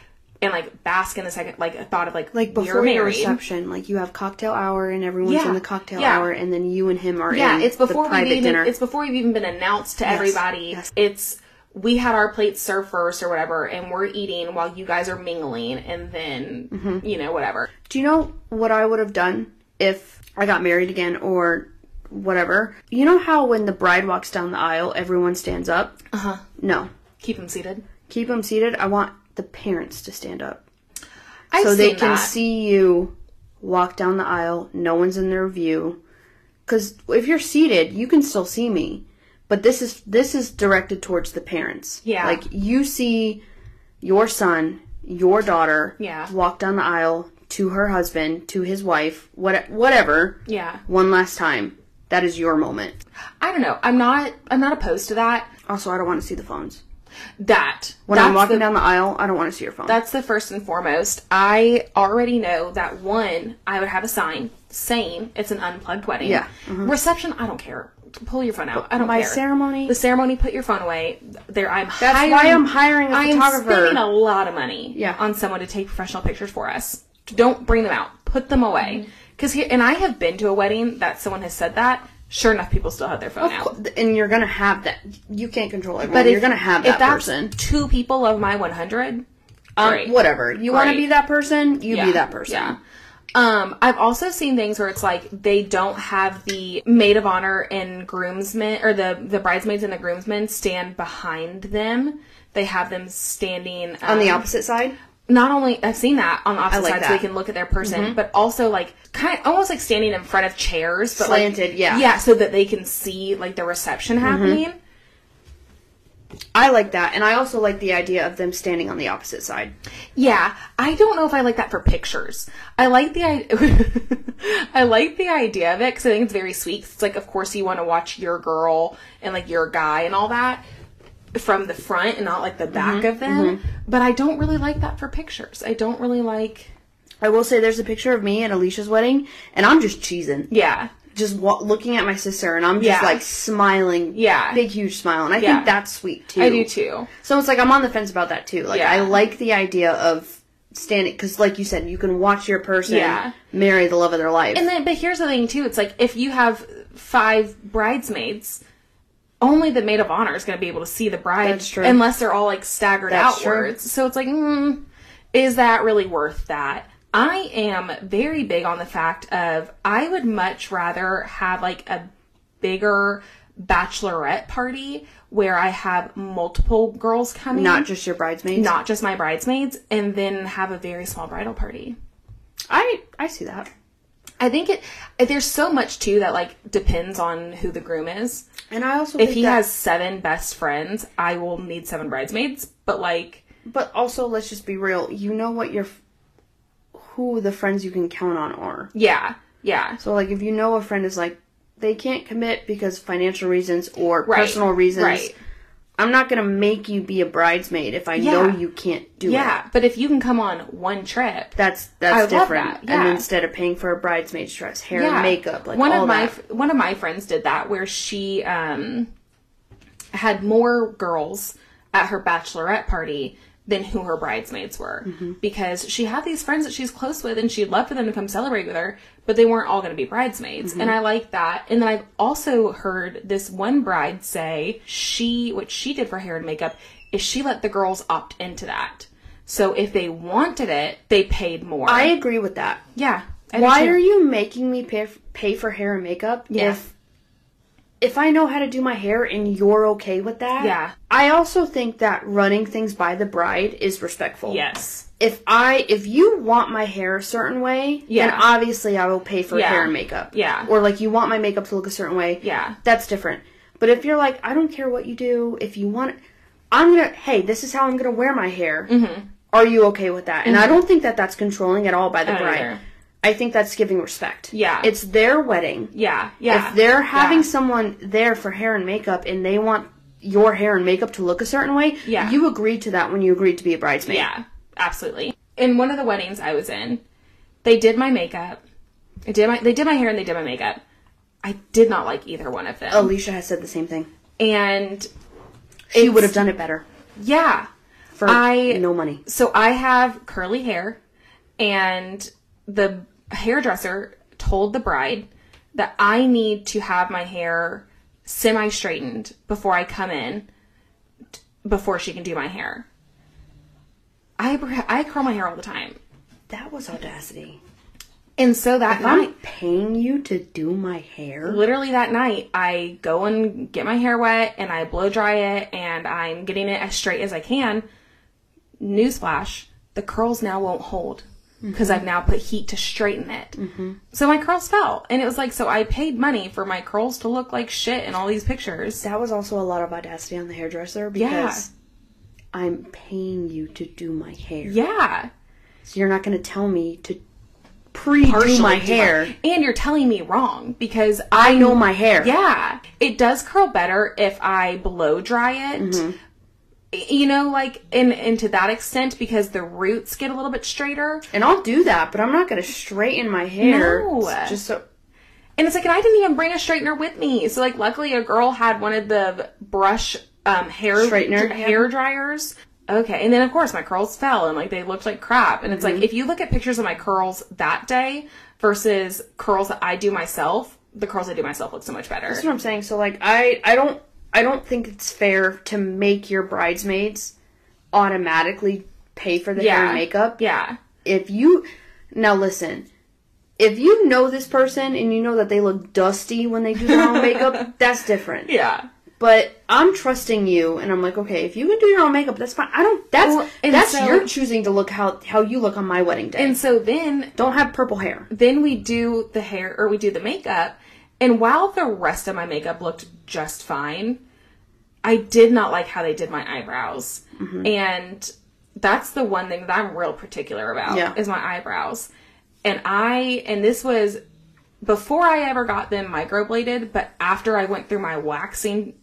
and like bask in the second, like a thought of like,
Like
we're
before your
married.
reception, like you have cocktail hour and everyone's
Yeah.
in the cocktail
Yeah.
hour, and then you and him are
Yeah,
in
it's before
the
we've
private
even,
dinner.
it's before we've even been announced to everybody.
Yes.
It's, we had our plates served first or whatever, and we're eating while you guys are mingling and then,
Mm-hmm.
you know, whatever.
Do you know what I would have done if I got married again or whatever? You know how when the bride walks down the aisle, everyone stands up? Uh huh. No.
Keep them seated.
Keep them seated. I want the parents to stand up.
I've
so they
seen
can
that.
see you walk down the aisle. No one's in their view. Because if you're seated, you can still see me. But this is this is directed towards the parents.
Yeah.
Like you see your son, your daughter,
Yeah.
walk down the aisle to her husband, to his wife, what whatever,
Yeah.
one last time. That is your moment.
I don't know. I'm not, I'm not opposed to that.
Also, I don't want to see the phones.
That.
When I'm
that's
walking
the-
down the aisle, I don't want to see your phone.
That's the first and foremost. I already know that one, I would have a sign saying it's an unplugged wedding.
Yeah.
Reception, I don't care. Pull your phone out. I don't
my
care.
ceremony-
The ceremony, put your phone away. There, I'm
That's
hiring.
why I'm hiring a
I am
photographer.
spending a lot of money
Yeah.
on someone to take professional pictures for us. Don't bring them out. Put them away.
Mm-hmm.
Because here, and I have been to a wedding that someone has said that. Sure enough, people still have their phone out.
and you're gonna have that. You can't control everyone.
But if-
you're gonna have
if
that
that's
person.
Two people of my 100.
Um,
great.
whatever. You want to
Great.
be that person, you
Yeah,
be that person.
yeah. Um, I've also seen things where it's like they don't have the maid of honor and groomsmen or the the bridesmaids and the groomsmen stand behind them. They have them standing
On
um,
the opposite side,
Not only I've seen that on the opposite
like
side, so
that. Mm-hmm.
they can look at their person, but also like kind of, almost like standing in front of chairs, but
Slanted,
like,
yeah. Mm-hmm.
yeah, so that they can see like the reception happening.
I like that, and I also like the idea of them standing on the opposite side.
Yeah, I don't know if I like that for pictures. I like the I, I like the idea of it because I think it's very sweet. 'cause It's like, of course, you want to watch your girl and like your guy and all that from the front and not like the back of them. But I don't really like that for pictures. I don't really like.
I will say, there's a picture of me at Alicia's wedding, and I'm just cheesing.
Yeah,
just wa- looking at my sister, and I'm just
Yeah.
like smiling,
Yeah.
big huge smile, and I
Yeah.
think that's sweet too.
I do too.
So it's like I'm on the fence about that too. Like
Yeah.
I like the idea of standing because, like you said, you can watch your person
Yeah.
marry the love of their life.
And then, but here's the thing too. It's like if you have five bridesmaids, only the maid of honor is going to be able to see the bride,
That's true.
unless they're all like staggered
That's true.
outwards. So it's like, mm, is that really worth that? I am very big on the fact of I would much rather have like a bigger bachelorette party where I have multiple girls coming,
not just your bridesmaids.
not just my bridesmaids, and then have a very small bridal party.
I I see that.
I think it there's so much too that like depends on who the groom is.
And I also
If
think
he
that-
has seven best friends, I will need seven bridesmaids. But like,
but also let's just be real. You know what your f- who the friends you can count on are.
yeah, yeah,
So like if you know a friend is like they can't commit because financial reasons or
Right,
personal reasons.
right.
I'm not gonna make you be a bridesmaid if I
Yeah.
know you can't do it.
yeah. But if you can come on one trip,
That's
I
that's
love
different.
that,
And
yeah.
instead of paying for a bridesmaid's dress, hair,
yeah,
and makeup, like
one
all
of my
that.
f- one of my friends did that where she um had more girls at her bachelorette party than who her bridesmaids were
Mm-hmm.
because she had these friends that she's close with and she'd love for them to come celebrate with her but they weren't all going to be bridesmaids
Mm-hmm.
and i like that and then i've also heard this one bride say she what she did for hair and makeup is she let the girls opt into that so if they wanted it they paid more
I agree with that.
yeah I do
Why
too.
are you making me pay f- pay for hair and makeup
Yeah.
if if I know how to do my hair and you're okay with that?
Yeah.
I also think that running things by the bride is respectful.
yes
If I if you want my hair a certain way, then
Yeah.
obviously I will pay for
Yeah.
hair and makeup.
Yeah.
Or like you want my makeup to look a certain way.
Yeah.
That's different. But if you're like, I don't care what you do, if you want I'm gonna hey, this is how I'm gonna wear my hair.
Mm-hmm.
Are you okay with that? And I don't think that that's controlling at all by the
I don't
bride.
either.
I think that's giving respect.
Yeah.
It's their wedding.
yeah yeah
If they're having
Yeah.
someone there for hair and makeup and they want your hair and makeup to look a certain way,
Yeah.
you agreed to that when you agreed to be a bridesmaid.
Yeah, absolutely. In one of the weddings I was in, they did my makeup. I did my they did my hair and they did my makeup. I did not like either one of them.
Alicia has said the same thing.
And
She
It's-
would have done it better
yeah,
for
I-
no money.
so I have curly hair, and the hairdresser told the bride that I need to have my hair semi straightened before I come in, t- before she can do my hair. I br- I curl my hair all the time,
That was audacity.
and so that
If
night
I'm paying you to do my hair.
literally that night i go and get my hair wet and i blow dry it and i'm getting it as straight as i can newsflash the curls now won't hold because i've now put heat to straighten it so my curls fell and it was like so i paid money for my curls to look like shit in all these pictures
That was also a lot of audacity on the hairdresser because I'm paying you to do my hair.
yeah
So you're not going to tell me to pre do
Partially
my
do
hair.
and you're telling me wrong because
I know my hair.
Yeah, it does curl better if I blow dry it.
Mm-hmm.
Y- You know, like in and to that extent because the roots get a little bit straighter.
And I'll do that, but I'm not going to straighten my hair.
No.
s- Just so
And it's like, and I didn't even bring a straightener with me. So like, luckily a girl had one of the brush um, hair
Straightener, yeah.
hair dryers. Okay, and then of course my curls fell and like they looked like crap. And
Mm-hmm.
it's like if you look at pictures of my curls that day versus curls that I do myself, the curls I do myself look so much better.
That's what I'm saying. So like I I don't I don't think it's fair to make your bridesmaids automatically pay for the hair
Yeah.
and makeup.
yeah,
If you now listen, if you know this person and you know that they look dusty when they do their own makeup, that's different.
yeah.
But I'm trusting you, and I'm like, okay, if you can do your own makeup, that's fine. I don't. That's
Well, and
that's
so-
your choosing to look how how you look on my wedding day.
And so then
don't have purple hair.
then we do the hair or we do the makeup and while the rest of my makeup looked just fine i did not like how they did my eyebrows and that's the one thing that i'm real particular about
Yeah.
is my eyebrows and i and this was before i ever got them microbladed but after i went through my waxing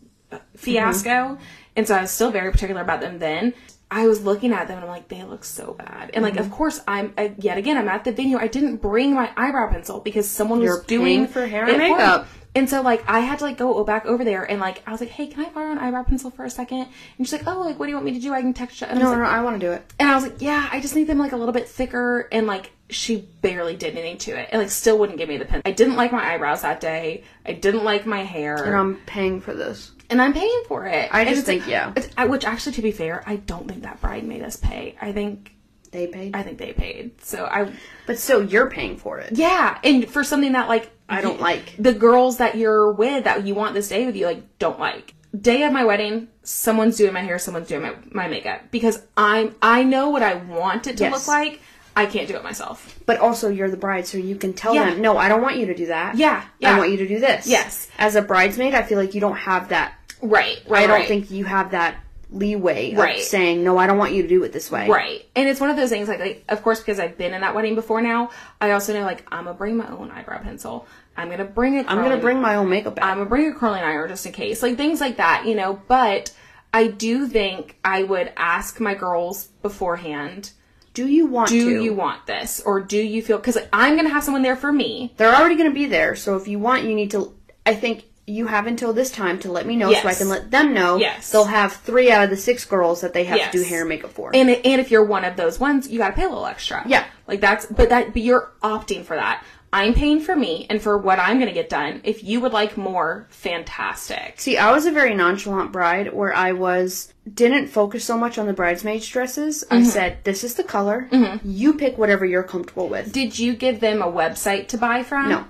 fiasco,
Mm-hmm.
and so I was still very particular about them then. I was looking at them and I'm like, they look so bad. And like,
Mm-hmm.
of course, I'm uh, yet again, I'm at the venue. I didn't bring my eyebrow pencil because someone
You're
was doing
paying for hair
it
and
for me.
makeup.
And so like I had to like go back over there and like I was like, hey, can I borrow an eyebrow pencil for a second? And she's like, oh, like what do you want me to do? I can text you. And I
No,
was
no,
like,
I want to do it.
and I was like, yeah, I just need them like a little bit thicker. And like, she barely did anything to it. And like, still wouldn't give me the pen. I didn't like my eyebrows that day. I didn't like my hair.
And I'm paying for this.
And I'm paying for it.
I
And
just
it's like-
think, yeah.
it's- I- which actually, to be fair, I don't think that bride made us pay. I think,
They paid.
I think they paid. So I,
But still, you're paying for it.
yeah. And for something that like,
I don't like.
the girls that you're with that you want this day with you like don't like day of my wedding someone's doing my hair someone's doing my, my makeup because i'm i know what i want it to
Yes.
look like i can't do it myself
But also, you're the bride, so you can tell
Yeah.
them, no, I don't want you to do that.
Yeah, yeah.
I want you to do this.
Yes.
As a bridesmaid, I feel like you don't have that.
right
I
right
don't
right.
think you have that leeway of
Right.
saying, no, I don't want you to do it this way.
right and it's one of those things like, like of course because i've been in that wedding before now i also know like i'm gonna bring my own eyebrow pencil i'm gonna bring it
I'm going to bring my own makeup
I'm
bag.
gonna bring a curling iron just in case, like things like that, you know. But I do think I would ask my girls beforehand,
do you want
do
to?
you want this, or do you feel? Because I'm gonna have someone there for me.
They're already going to be there, so if you want, you need to. I think you have until this time to let me know so I
Yes.
can let them know.
Yes.
They'll have three out of the six girls that they have
Yes.
to do hair and makeup for.
And and if you're one of those ones, you gotta pay a little extra.
Yeah.
like that's but that but you're opting for that. I'm paying for me and for what I'm gonna get done. If you would like more, fantastic.
See, I was a very nonchalant bride where I was didn't focus so much on the bridesmaids' dresses.
Mm-hmm.
I said, "This is the color. You pick whatever you're comfortable with."
Did you give them a website to buy from?
No.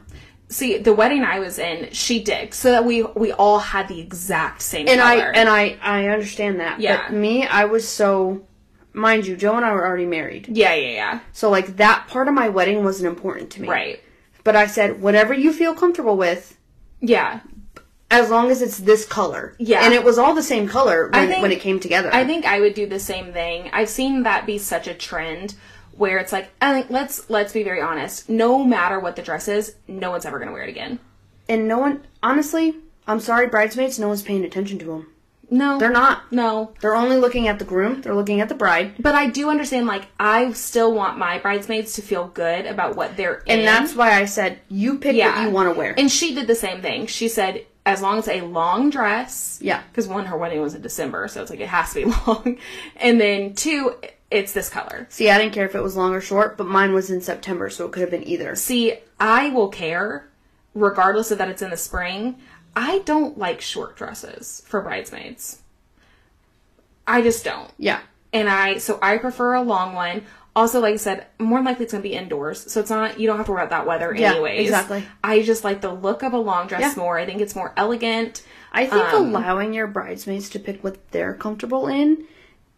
See, the wedding I was in, she did, so that we we all had the exact same
and I
color.
and I I understand that.
Yeah.
But me, I was so mind you, Joe and I were already married.
yeah, yeah, yeah.
So like that part of my wedding wasn't important to me.
Right.
But I said, "Whatever you feel comfortable with."
Yeah.
As long as it's this color,
Yeah.
and it was all the same color
I
when,
think-
when it came together.
I think I would do the same thing. I've seen that be such a trend where it's like, I think let's let's be very honest. No matter what the dress is, no one's ever gonna wear it again.
and no one, honestly, I'm sorry, bridesmaids, no one's paying attention to them.
No,
They're not.
No,
They're only looking at the groom. They're looking at the bride.
but I do understand. Like, I still want my bridesmaids to feel good about what they're in.
And that's why I said, you pick what you want to wear.
And she did the same thing. She said, as long as a long dress.
Yeah.
Because one, her wedding was in December, so it's like it has to be long. And then two, it's this color.
See, I didn't care if it was long or short, but mine was in September, so it could have been either.
See, I will care, regardless of that it's in the spring. I don't like short dresses for bridesmaids. I just don't.
Yeah.
And I, so I prefer a long one. Also, like I said, more than likely it's going to be indoors. So it's not, you don't have to worry about that weather
Yeah,
anyways.
exactly.
I just like the look of a long dress
Yeah.
more. I think it's more elegant.
I think
Um,
allowing your bridesmaids to pick what they're comfortable in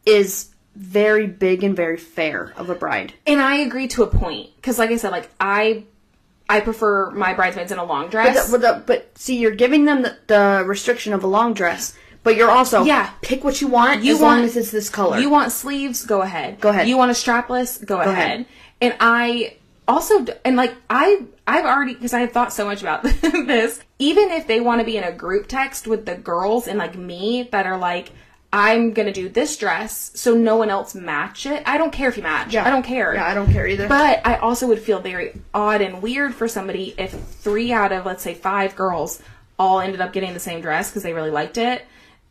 is very big and very fair of a bride.
And I agree to a point. Cause like I said, like I, I prefer my bridesmaids in a long
But,
dress.
the, but, the, but see, you're giving them the, the restriction of a long dress, but you're also,
Yeah.
pick what you want
You
as
want-
long as it's this color.
You want sleeves? Go ahead.
Go ahead.
You want a strapless? Go, ahead.
ahead.
And I also d- and like I I've already because I have thought so much about this. Even if they want to be in a group text with the girls and like me that are like. I'm gonna do this dress so no one else match it. I don't care if you match.
Yeah.
I don't care.
Yeah, I don't care either.
But I also would feel very odd and weird for somebody if three out of let's say five girls all ended up getting the same dress because they really liked it,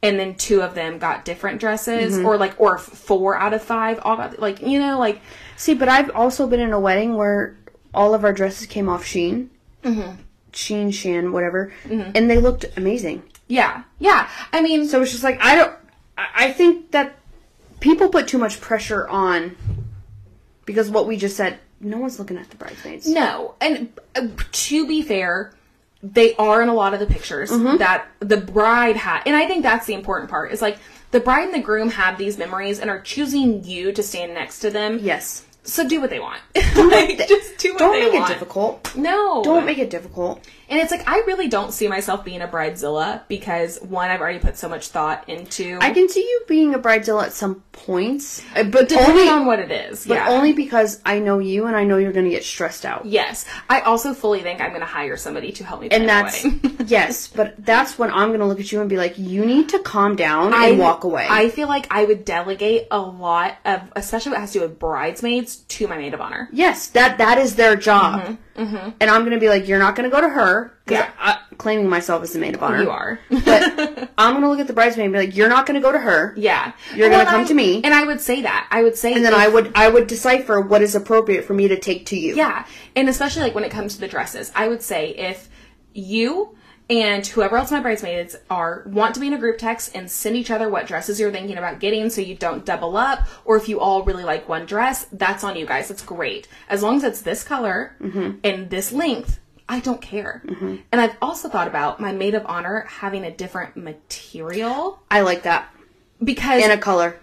and then two of them got different dresses,
Mm-hmm.
or like or if four out of five all got like you know like
See, but I've also been in a wedding where all of our dresses came off Sheen.
Mm-hmm.
Sheen, Shan, whatever. And they looked amazing.
yeah yeah. I mean
So it's just like, I don't. I I think that people put too much pressure on. Because what we just said, no one's looking at the bridesmaids.
No, and uh, to be fair, they are in a lot of the pictures
Mm-hmm.
that the bride had, and I think that's the important part. Is like the bride and the groom have these memories and are choosing you to stand next to them.
Yes.
So do what they want. like, just do what
Don't
they
make
want.
it difficult.
No.
Don't make it difficult.
And it's like I really don't see myself being a bridezilla because one, I've already put so much thought into.
I can see you being a bridezilla at some points, uh, but only
depending on what it is.
but
yeah.
only because I know you and I know you're going to get stressed out.
yes, I also fully think I'm going to hire somebody to help me. plan
And
a
that's
wedding.
yes, but that's when I'm going to look at you and be like, you need to calm down and walk away.
I feel like I would delegate a lot of, especially what has to do with bridesmaids, to my maid of honor.
yes, that that is their job, and I'm going to be like, you're not going to go to her. 'cause
Mm-hmm, Yeah.
I- I'm claiming myself as the maid of honor.
You are.
I'm going to look at the bridesmaid and be like, you're not going to go to her.
Yeah.
You're
Well,
gonna come
I-
to me.
And I would say that. I would say
And then
if-
I would I would decipher what is appropriate for me to take to you.
Yeah. And especially like when it comes to the dresses, I would say if you and whoever else my bridesmaids are want to be in a group text and send each other what dresses you're thinking about getting so you don't double up or if you all really like one dress, that's on you guys. It's great. As long as it's this color and this length, I don't care. And I've also thought about my maid of honor having a different material
I like that.
because
In a color.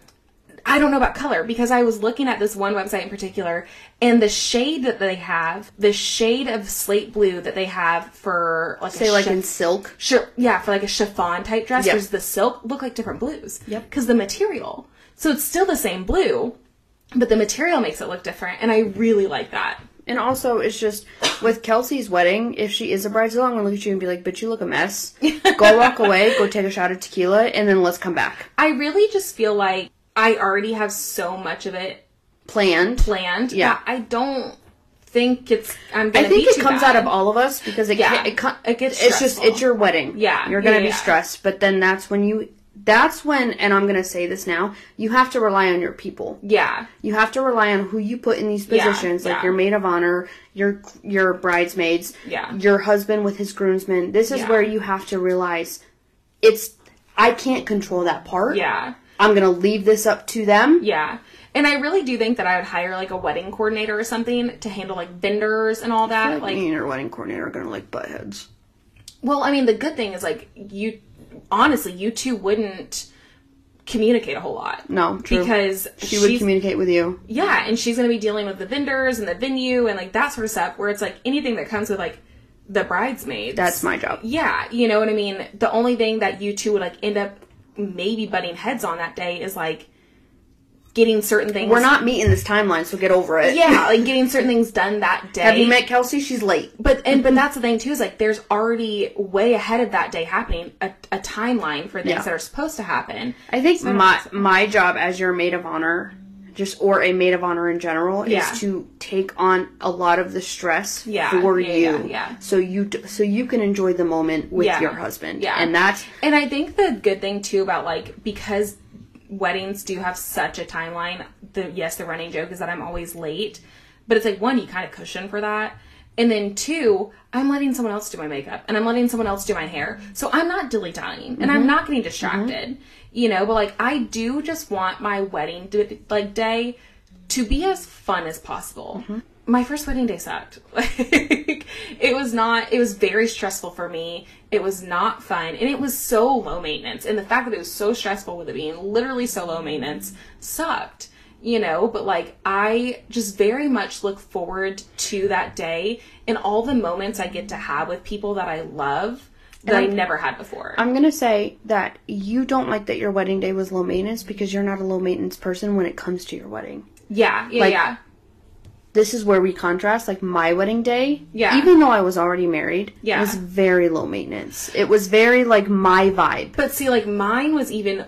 I don't know about color because I was looking at this one website in particular and the shade that they have, the shade of slate blue that they have for like
Say
a
like
chi-
in silk.
sure, yeah, for like a chiffon type dress
Yep.
versus the silk look like different blues. Yep. Cuz the material. So it's still the same blue, but the material makes it look different and I really like that.
And also, it's just with Kelsey's wedding. If she is a bridezilla, I'm gonna look at you and be like, "Bitch, you look a mess. Go walk away. Go take a shot of tequila, and then let's come back."
I really just feel like I already have so much of it
Planned.
planned.
Yeah.
that I don't think it's I'm
I
going to
think
be
it
too
comes
bad.
out of all of us because it
Yeah.
ca- it, co-
It gets
it's just
stressful.
it's your wedding.
Yeah.
you're gonna
Yeah,
be
yeah.
stressed, but then that's when you that's when and I'm gonna say this now. You have to rely on your people.
Yeah.
You have to rely on who you put in these
Yeah,
positions, like
yeah.
your maid of honor, your your bridesmaids,
Yeah.
your husband with his groomsmen. This is
Yeah.
where you have to realize it's I can't control that part.
Yeah.
I'm gonna leave this up to them.
Yeah. And I really do think that I would hire like a wedding coordinator or something to handle like vendors and all that.
Like,
Like,
me and your wedding coordinator are gonna like butt heads.
well, I mean, the good thing is like you, honestly, you two wouldn't communicate a whole lot.
No, true.
Because
she would
she's-
communicate with you.
yeah, and she's gonna be dealing with the vendors and the venue and like that sort of stuff. Where it's like anything that comes with like the bridesmaids.
That's my job.
Yeah, you know what I mean? The only thing that you two would like end up maybe butting heads on that day is like getting certain things.
We're not meeting this timeline, so get over it.
Yeah, like getting certain things done that day.
Have you met Kelsey? She's late.
But and but that's the thing too is like there's already way ahead of that day happening a, a timeline for things
Yeah.
that are supposed to happen.
I think
Mm.
my my job as your maid of honor, just or a maid of honor in general,
Yeah.
is to take on a lot of the stress
Yeah,
for
yeah,
you,
yeah, yeah.
so you d- so you can enjoy the moment with
Yeah.
your husband.
Yeah.
and that's
And I think the good thing too about like because weddings do have such a timeline. The yes, the running joke is that I'm always late, but it's like one you kind of cushion for that. And then two, I'm letting someone else do my makeup and I'm letting someone else do my hair. So I'm not dilly dallying and
Mm-hmm.
I'm not getting distracted, you know. But like I do just want my wedding to, like day to be as fun as possible. My first wedding day sucked. Like it was not it was very stressful for me. It was not fun and it was so low maintenance. And the fact that it was so stressful with it being literally so low maintenance sucked. You know, but like I just very much look forward to that day and all the moments I get to have with people that I love that I never had before.
I'm gonna say that you don't like that your wedding day was low maintenance because you're not a low maintenance person when it comes to your wedding.
yeah, yeah,
like-
yeah.
This is where we contrast. Like my wedding day,
Yeah.
even though I was already married,
Yeah.
was very low maintenance. It was very like my vibe.
But see, like mine was even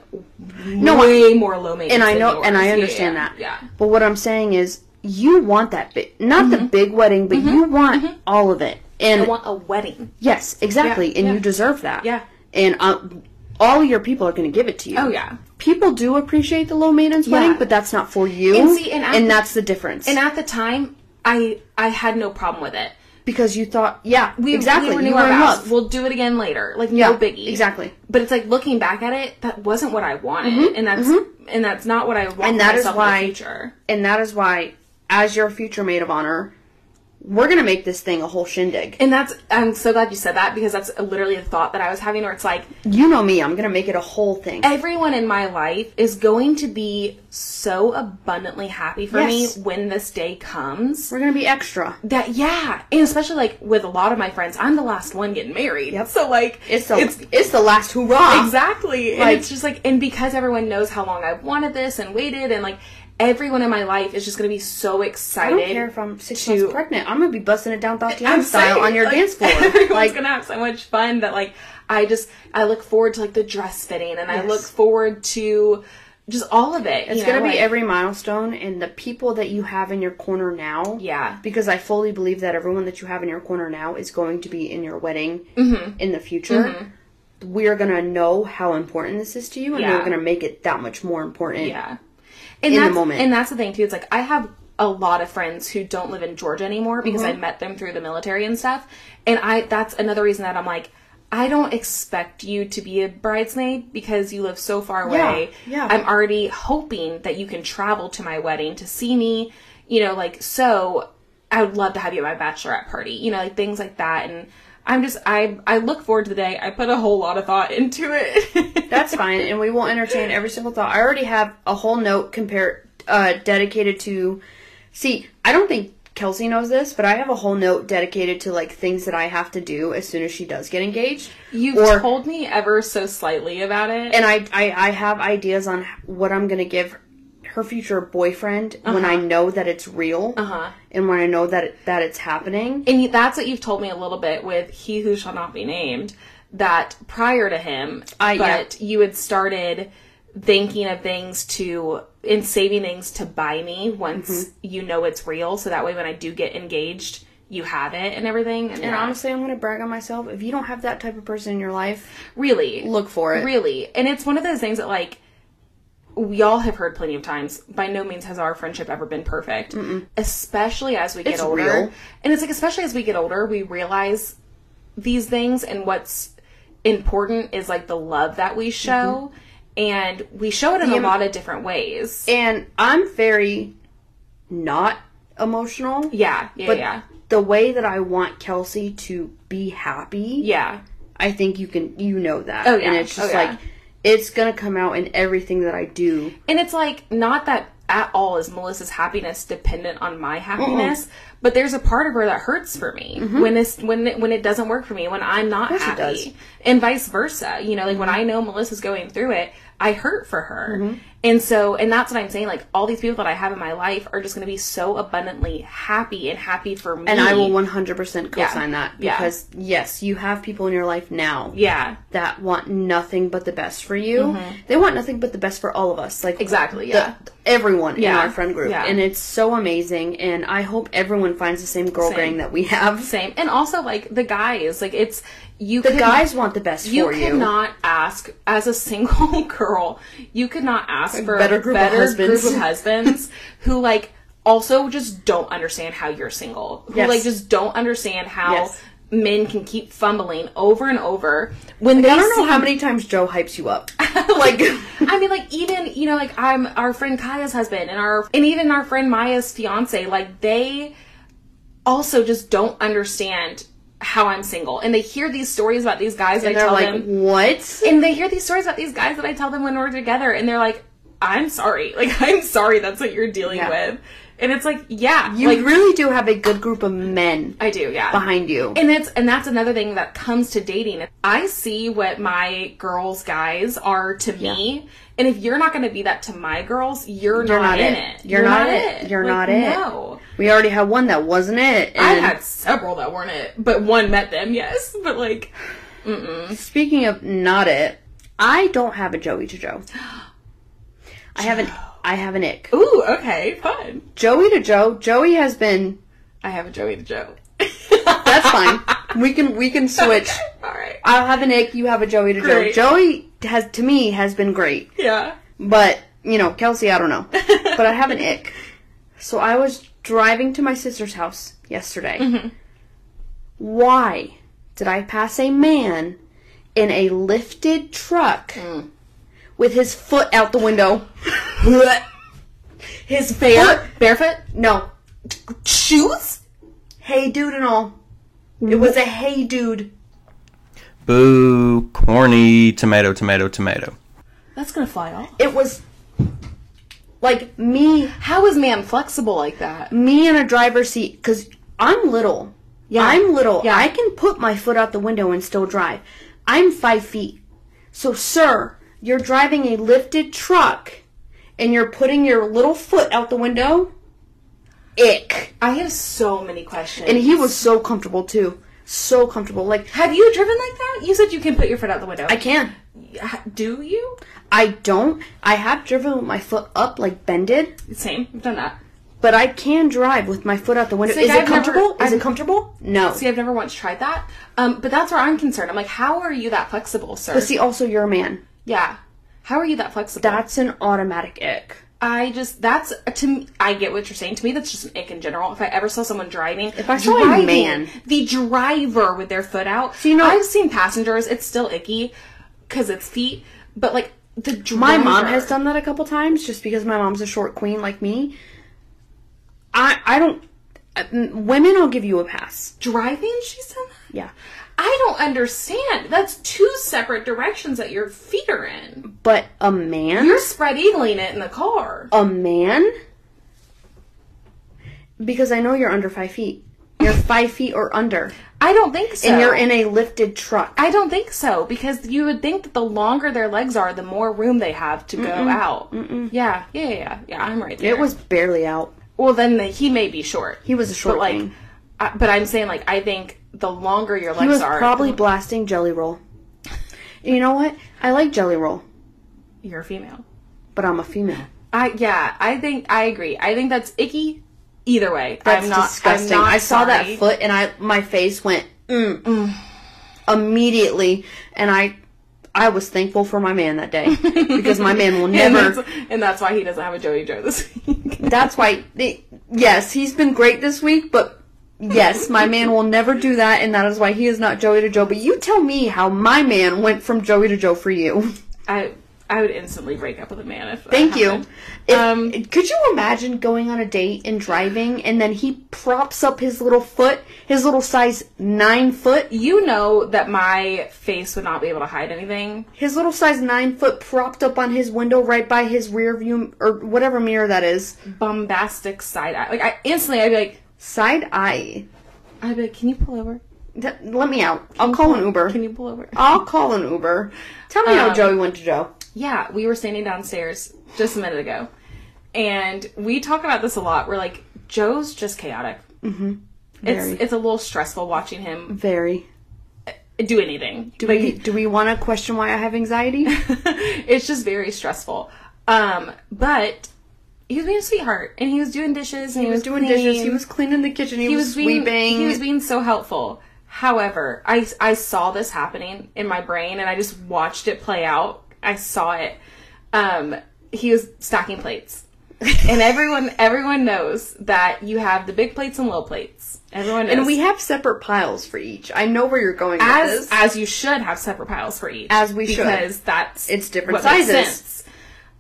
No, I-
way more low maintenance.
and I
than
know, and
yours.
I
Yeah,
understand
yeah,
that.
Yeah.
But what I'm saying is, you want that big, not the big wedding, but you want all of it. And
Mm-hmm. I want a wedding.
yes, exactly,
Yeah,
and
yeah.
you deserve that.
Yeah.
And uh, all your people are going to give it to you.
Oh yeah.
People do appreciate the low maintenance
Yeah.
wedding, but that's not for you.
And see, and I-
that's the difference.
And at the time, I I had no problem with it.
because you thought, yeah,
We
exactly,
we
you
renew
were
our
in
vows.
love.
We'll do it again later. Like
yeah,
no biggie.
Exactly. Mm-hmm.
But it's like looking back at it, that wasn't what I wanted, and that's and that's not what I want
And
for
that is
myself
why-
in the future.
And that is why, as your future maid of honor, we're gonna make this thing a whole shindig.
And that's I'm so glad you said that because that's literally the thought that I was having where it's like
You know me, I'm gonna make it a whole thing.
everyone in my life is going to be so abundantly happy for
Yes.
me when this day comes.
We're gonna be extra.
That yeah, and especially like with a lot of my friends, I'm the last one getting married. So like
It's the it's, the last hurrah.
Exactly. and
Like-
it's just like, and because everyone knows how long I've wanted this and waited, and like everyone in my life is just going to be so
I
excited.
don't care if I'm six
to-
months pregnant. I'm gonna be busting it down Tatiana
I'm
style
saying,
on your
like,
dance floor.
Everyone's
Like
going to have so much fun that like I just, I look forward to like the dress fitting and I
Yes.
look forward to just all of it.
it's
you know,
gonna be
like-
every milestone and the people that you have in your corner now.
Yeah.
Because I fully believe that everyone that you have in your corner now is going to be in your wedding
Mm-hmm.
in the future. We're gonna know how important this is to you, and
Yeah.
we're gonna make it that much more important.
Yeah.
in
And
the
that's,
moment.
And that's the thing too. It's like I have a lot of friends who don't live in Georgia anymore because
Mm-hmm.
I met them through the military and stuff. And I that's another reason that I'm like I don't expect you to be a bridesmaid because you live so far away.
Yeah, yeah.
I'm already hoping that you can travel to my wedding to see me, you know, like so I would love to have you at my bachelorette party, you know, like things like that and I'm just I I look forward to the day. I put a whole lot of thought into it.
That's fine, and we will entertain every single thought. I already have a whole note compare uh, dedicated to. See, I don't think Kelsey knows this, but I have a whole note dedicated to like things that I have to do as soon as she does get engaged.
You've
Or-
told me ever so slightly about it.
and I, I, I have ideas on what I'm gonna give her future boyfriend when
Uh-huh.
I know that it's real and when I know that it, that it's happening.
and that's what you've told me a little bit with he who shall not be named that prior to him
I- yeah.
but you had started thinking of things to and saving things to buy me once
Mm-hmm.
you know it's real so that way when i do get engaged you have it and everything and,
And
yeah.
honestly, I'm gonna brag on myself. If you don't have that type of person in your life,
really
look for it.
really and it's one of those things that like we all have heard plenty of times by no means has our friendship ever been perfect especially as we get
It's
older
real.
and it's like especially as we get older we realize these things and what's important is like the love that we
Mm-hmm.
show and we show it in a lot of different ways
And I'm very not emotional.
yeah yeah
But
yeah
the way that I want Kelsey to be happy,
yeah
I think you can you know that.
Oh, yeah.
And it's
Oh,
just
yeah.
like it's gonna come out in everything that I do.
And it's like not that at all is Melissa's happiness dependent on my happiness, but there's a part of her that hurts for me when this when it, when it doesn't work for me when I'm not
Mm-hmm. course it
happy,
does. Mm-hmm.
and vice versa. You know, like when I know Melissa's going through it, I hurt for her, and so and that's what I'm saying. Like all these people that I have in my life are just going to be so abundantly happy and happy for me.
And I will 100% co-sign that
Yeah.
because yes, you have people in your life now
yeah,
that want nothing but the best for you. They want nothing but the best for all of us. Like
Mm-hmm. Exactly,
the-
yeah.
everyone in
Yeah.
our friend group,
Yeah.
and it's so amazing. And I hope everyone finds the same girl
Same.
gang that we have.
same. And also like the guys, like it's you.
The
could-
guys want the best
you
for you.
could not ask as a single girl you could not ask for
better
better
group
group
of husbands.
group of husbands who like also just don't understand how you're single who
Yes.
like just don't understand how
Yes.
men can keep fumbling over and over when they
I don't know
see-
how many times Joe hypes you up. like
I mean, like even you know, like I'm our friend Kaya's husband and our and even our friend Maya's fiance. Like they also just don't understand how I'm single, and they hear these stories about these guys. And I
they're
tell
like,
them,
what?
and they hear these stories about these guys that I tell them when we're together, and they're like, "I'm sorry, like I'm sorry, that's what you're dealing
Yeah.
with," and it's like, yeah,
You
like
really do have a good group of men
I do, yeah.
behind you.
And it's and that's another thing that comes to dating. I see what my girls guys are to me, and if you're not going to be that to my girls, you're,
You're
not,
not
in
it.
it.
You're not it. You're
Like,
not it.
No,
we already had one that wasn't it.
I
And
had several that weren't it, but one met them, yes. But like,
speaking of not it, I don't have a Joey to Joe. I have an I have an ick.
ooh, okay, fun.
Joey to Joe. Joey has been
I have a Joey to Joe.
that's fine. we can we can switch.
All right.
I'll have an ick, you have a Joey to
Great.
Joe. Joey has to me has been great.
Yeah.
But, you know, Kelsey, I don't know. But I have an ick. So I was driving to my sister's house yesterday. Why did I pass a man in a lifted truck with his foot out the window? his bare
Barefoot
no
shoes?
Hey dude and all. It was a hey dude.
Boo, corny, tomato, tomato, tomato.
That's gonna fly off.
It was like me
How is man flexible like that?
me in a driver's seat because I'm little.
Yeah.
I'm little.
Yeah.
I can put my foot out the window and still drive. I'm five feet. So, sir, you're driving a lifted truck and you're putting your little foot out the window? Ick.
I have so many questions.
And he was so comfortable, too. So comfortable. Like,
have you driven like that? You said you can put your foot out the window.
I can.
Do you?
I don't. I have driven with my foot up, like bended,
Same. I've done that.
but I can drive with my foot out the window.
See,
Is
I've
it comfortable?
never-
Is
I've-
it comfortable? No.
See, I've never once tried that. Um, but that's where I'm concerned. I'm like, how are you that flexible, sir?
But see, also, you're a man.
yeah. How are you that flexible?
That's an automatic ick.
I just that's to me, I get what you're saying. To me, that's just an ick in general. If I ever saw someone driving, if
I saw a man-
the driver with their foot out,
you know-
I've seen passengers. It's still icky because it's feet, but like the driver.
My mom has done that a couple times just because my mom's a short queen like me. I I don't uh, m- women I'll give you a pass.
driving. She's done that.
Yeah.
I don't understand. That's two separate directions that your feet are in.
But a man
You're spread eagling it in the car.
a man because I know you're under 5 feet. You're 5 feet or under
I don't think so.
and you're in a lifted truck.
I don't think so because you would think that the longer their legs are, the more room they have to go out. Yeah, yeah, yeah, yeah, yeah. I'm right there.
it was barely out.
well. Then the, he may be short.
He was a short
but like,
king.
I, but I'm saying like I think the longer your legs
He was
are,
probably blasting jelly roll. You know what? I like jelly roll,
you're female.
but I'm a female.
I yeah. I think I agree. I think that's icky. Either way,
That's
I'm not.
disgusting.
I'm not
I saw
sorry.
that foot and I my face went mm, immediately, and I I was thankful for my man that day because my man will
And
never.
that's, and that's why he doesn't have a Joey Joe this week.
that's why. Yes, he's been great this week, but yes, my man will never do that, and that is why he is not Joey to Joe. But you tell me how my man went from Joey to Joe for you.
I I would instantly break up with a man if that
Thank you.
happened.
If-
Um,
could you imagine going on a date and driving, and then he props up his little foot, his little size nine foot,
You know that my face would not be able to hide anything.
his little size nine foot propped up on his window right by his rear view or whatever mirror that is.
Bombastic side eye. Like I instantly, I'd be like,
Side eye.
I'd be like, can you pull over?
Th- Let me out. I'll call an Uber.
Can you pull over?
I'll call an Uber. Tell me how
Um,
Joey went to Joe.
Yeah, we were standing downstairs just a minute ago, and we talk about this a lot. We're like, Joe's just chaotic. Mm-hmm.
Very.
It's it's a little stressful watching him
Very.
do anything.
Do we do we want to question why I have anxiety?
it's just very stressful. Um, but he was being a sweetheart, and he was doing dishes, and he,
he was doing dishes. He
cleaning.
was cleaning the kitchen. He,
he
was,
was being
sweeping.
he was being so helpful. However, I I saw this happening in my brain and I just watched it play out. I saw it. Um, he was stacking plates, and everyone everyone knows that you have the big plates and little plates. Everyone knows.
and we have separate piles for each. I know where you're going with
as
this.
as you should have separate piles for each,
As we should.
because that's
It's different
what makes
sizes.
sense.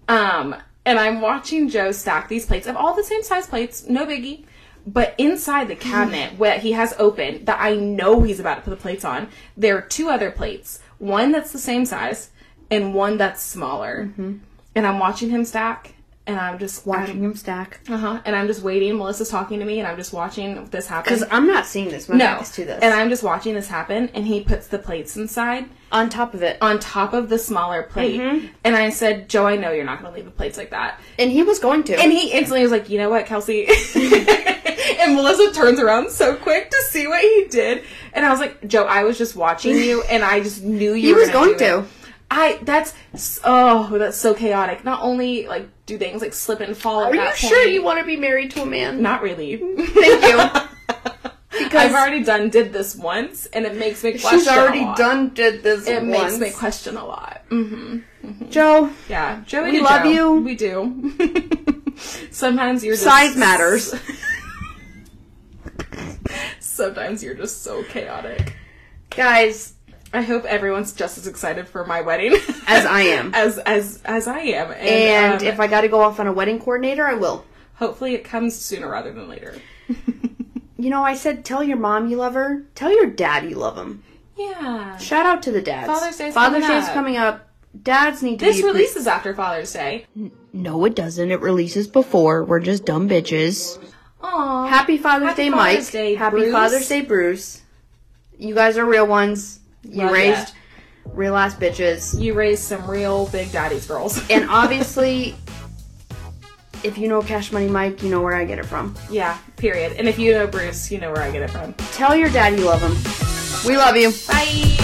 Um, and I'm watching Joe stack these plates of all the same size plates, no biggie. But inside the
Mm.
cabinet where he has open that I know he's about to put the plates on, there are two other plates, one that's the same size and one that's smaller. And I'm watching him stack, and I'm just
Mm-hmm. Watching him stack.
Uh huh. And I'm just waiting. Melissa's talking to me, and I'm just watching this happen.
Because I'm not seeing this. My
No.
back is to this.
And I'm just watching this happen, and he puts the plates inside
on top of it.
on top of the smaller plate. And I said, Joe, I know you're not going to leave the plates like that.
and he was going to.
And he instantly was like, you know what, Kelsey? and Melissa turns around so quick to see what he did. And I was like, Joe, I was just watching you, and I just knew you
He
were
was
gonna
going
do it."
to.
I that's s- oh that's so chaotic. Not only like do things like slip and fall.
Are you sure you want to be married to a man?
Not really.
Thank you.
I've already done did this once, and it makes me question.
She's already
a lot.
done did this
It
once.
makes me question a lot. Mm-hmm.
Joe,
Yeah, Joey,
We
to
love
Joe.
you.
We do. Sometimes you're just
size matters.
Sometimes you're just so chaotic.
Guys,
I hope everyone's just as excited for my wedding
As I am.
as as as I am, and,
and
um,
if I got to go off on a wedding coordinator, I will.
hopefully it comes sooner rather than later.
you know, I said tell your mom you love her. Tell your dad you love him.
Yeah.
Shout out to the dads.
Father's Day's
Father's
coming
Day's
up.
coming up. Dads need to
This
be re-
releases after Father's Day.
No, it doesn't. It releases before. We're just dumb bitches.
Aww.
Happy Father's
Happy
Day,
Father's
Mike.
Day,
Happy
Bruce.
Father's Day, Bruce. You guys are real ones. You
Love
raised real ass bitches.
You raised some real big daddy's girls.
and obviously, if you know Cash Money Mike, you know where I get it from.
yeah, period. And if you know Bruce, you know where I get it from.
Tell your dad you love him. We love you.
Bye.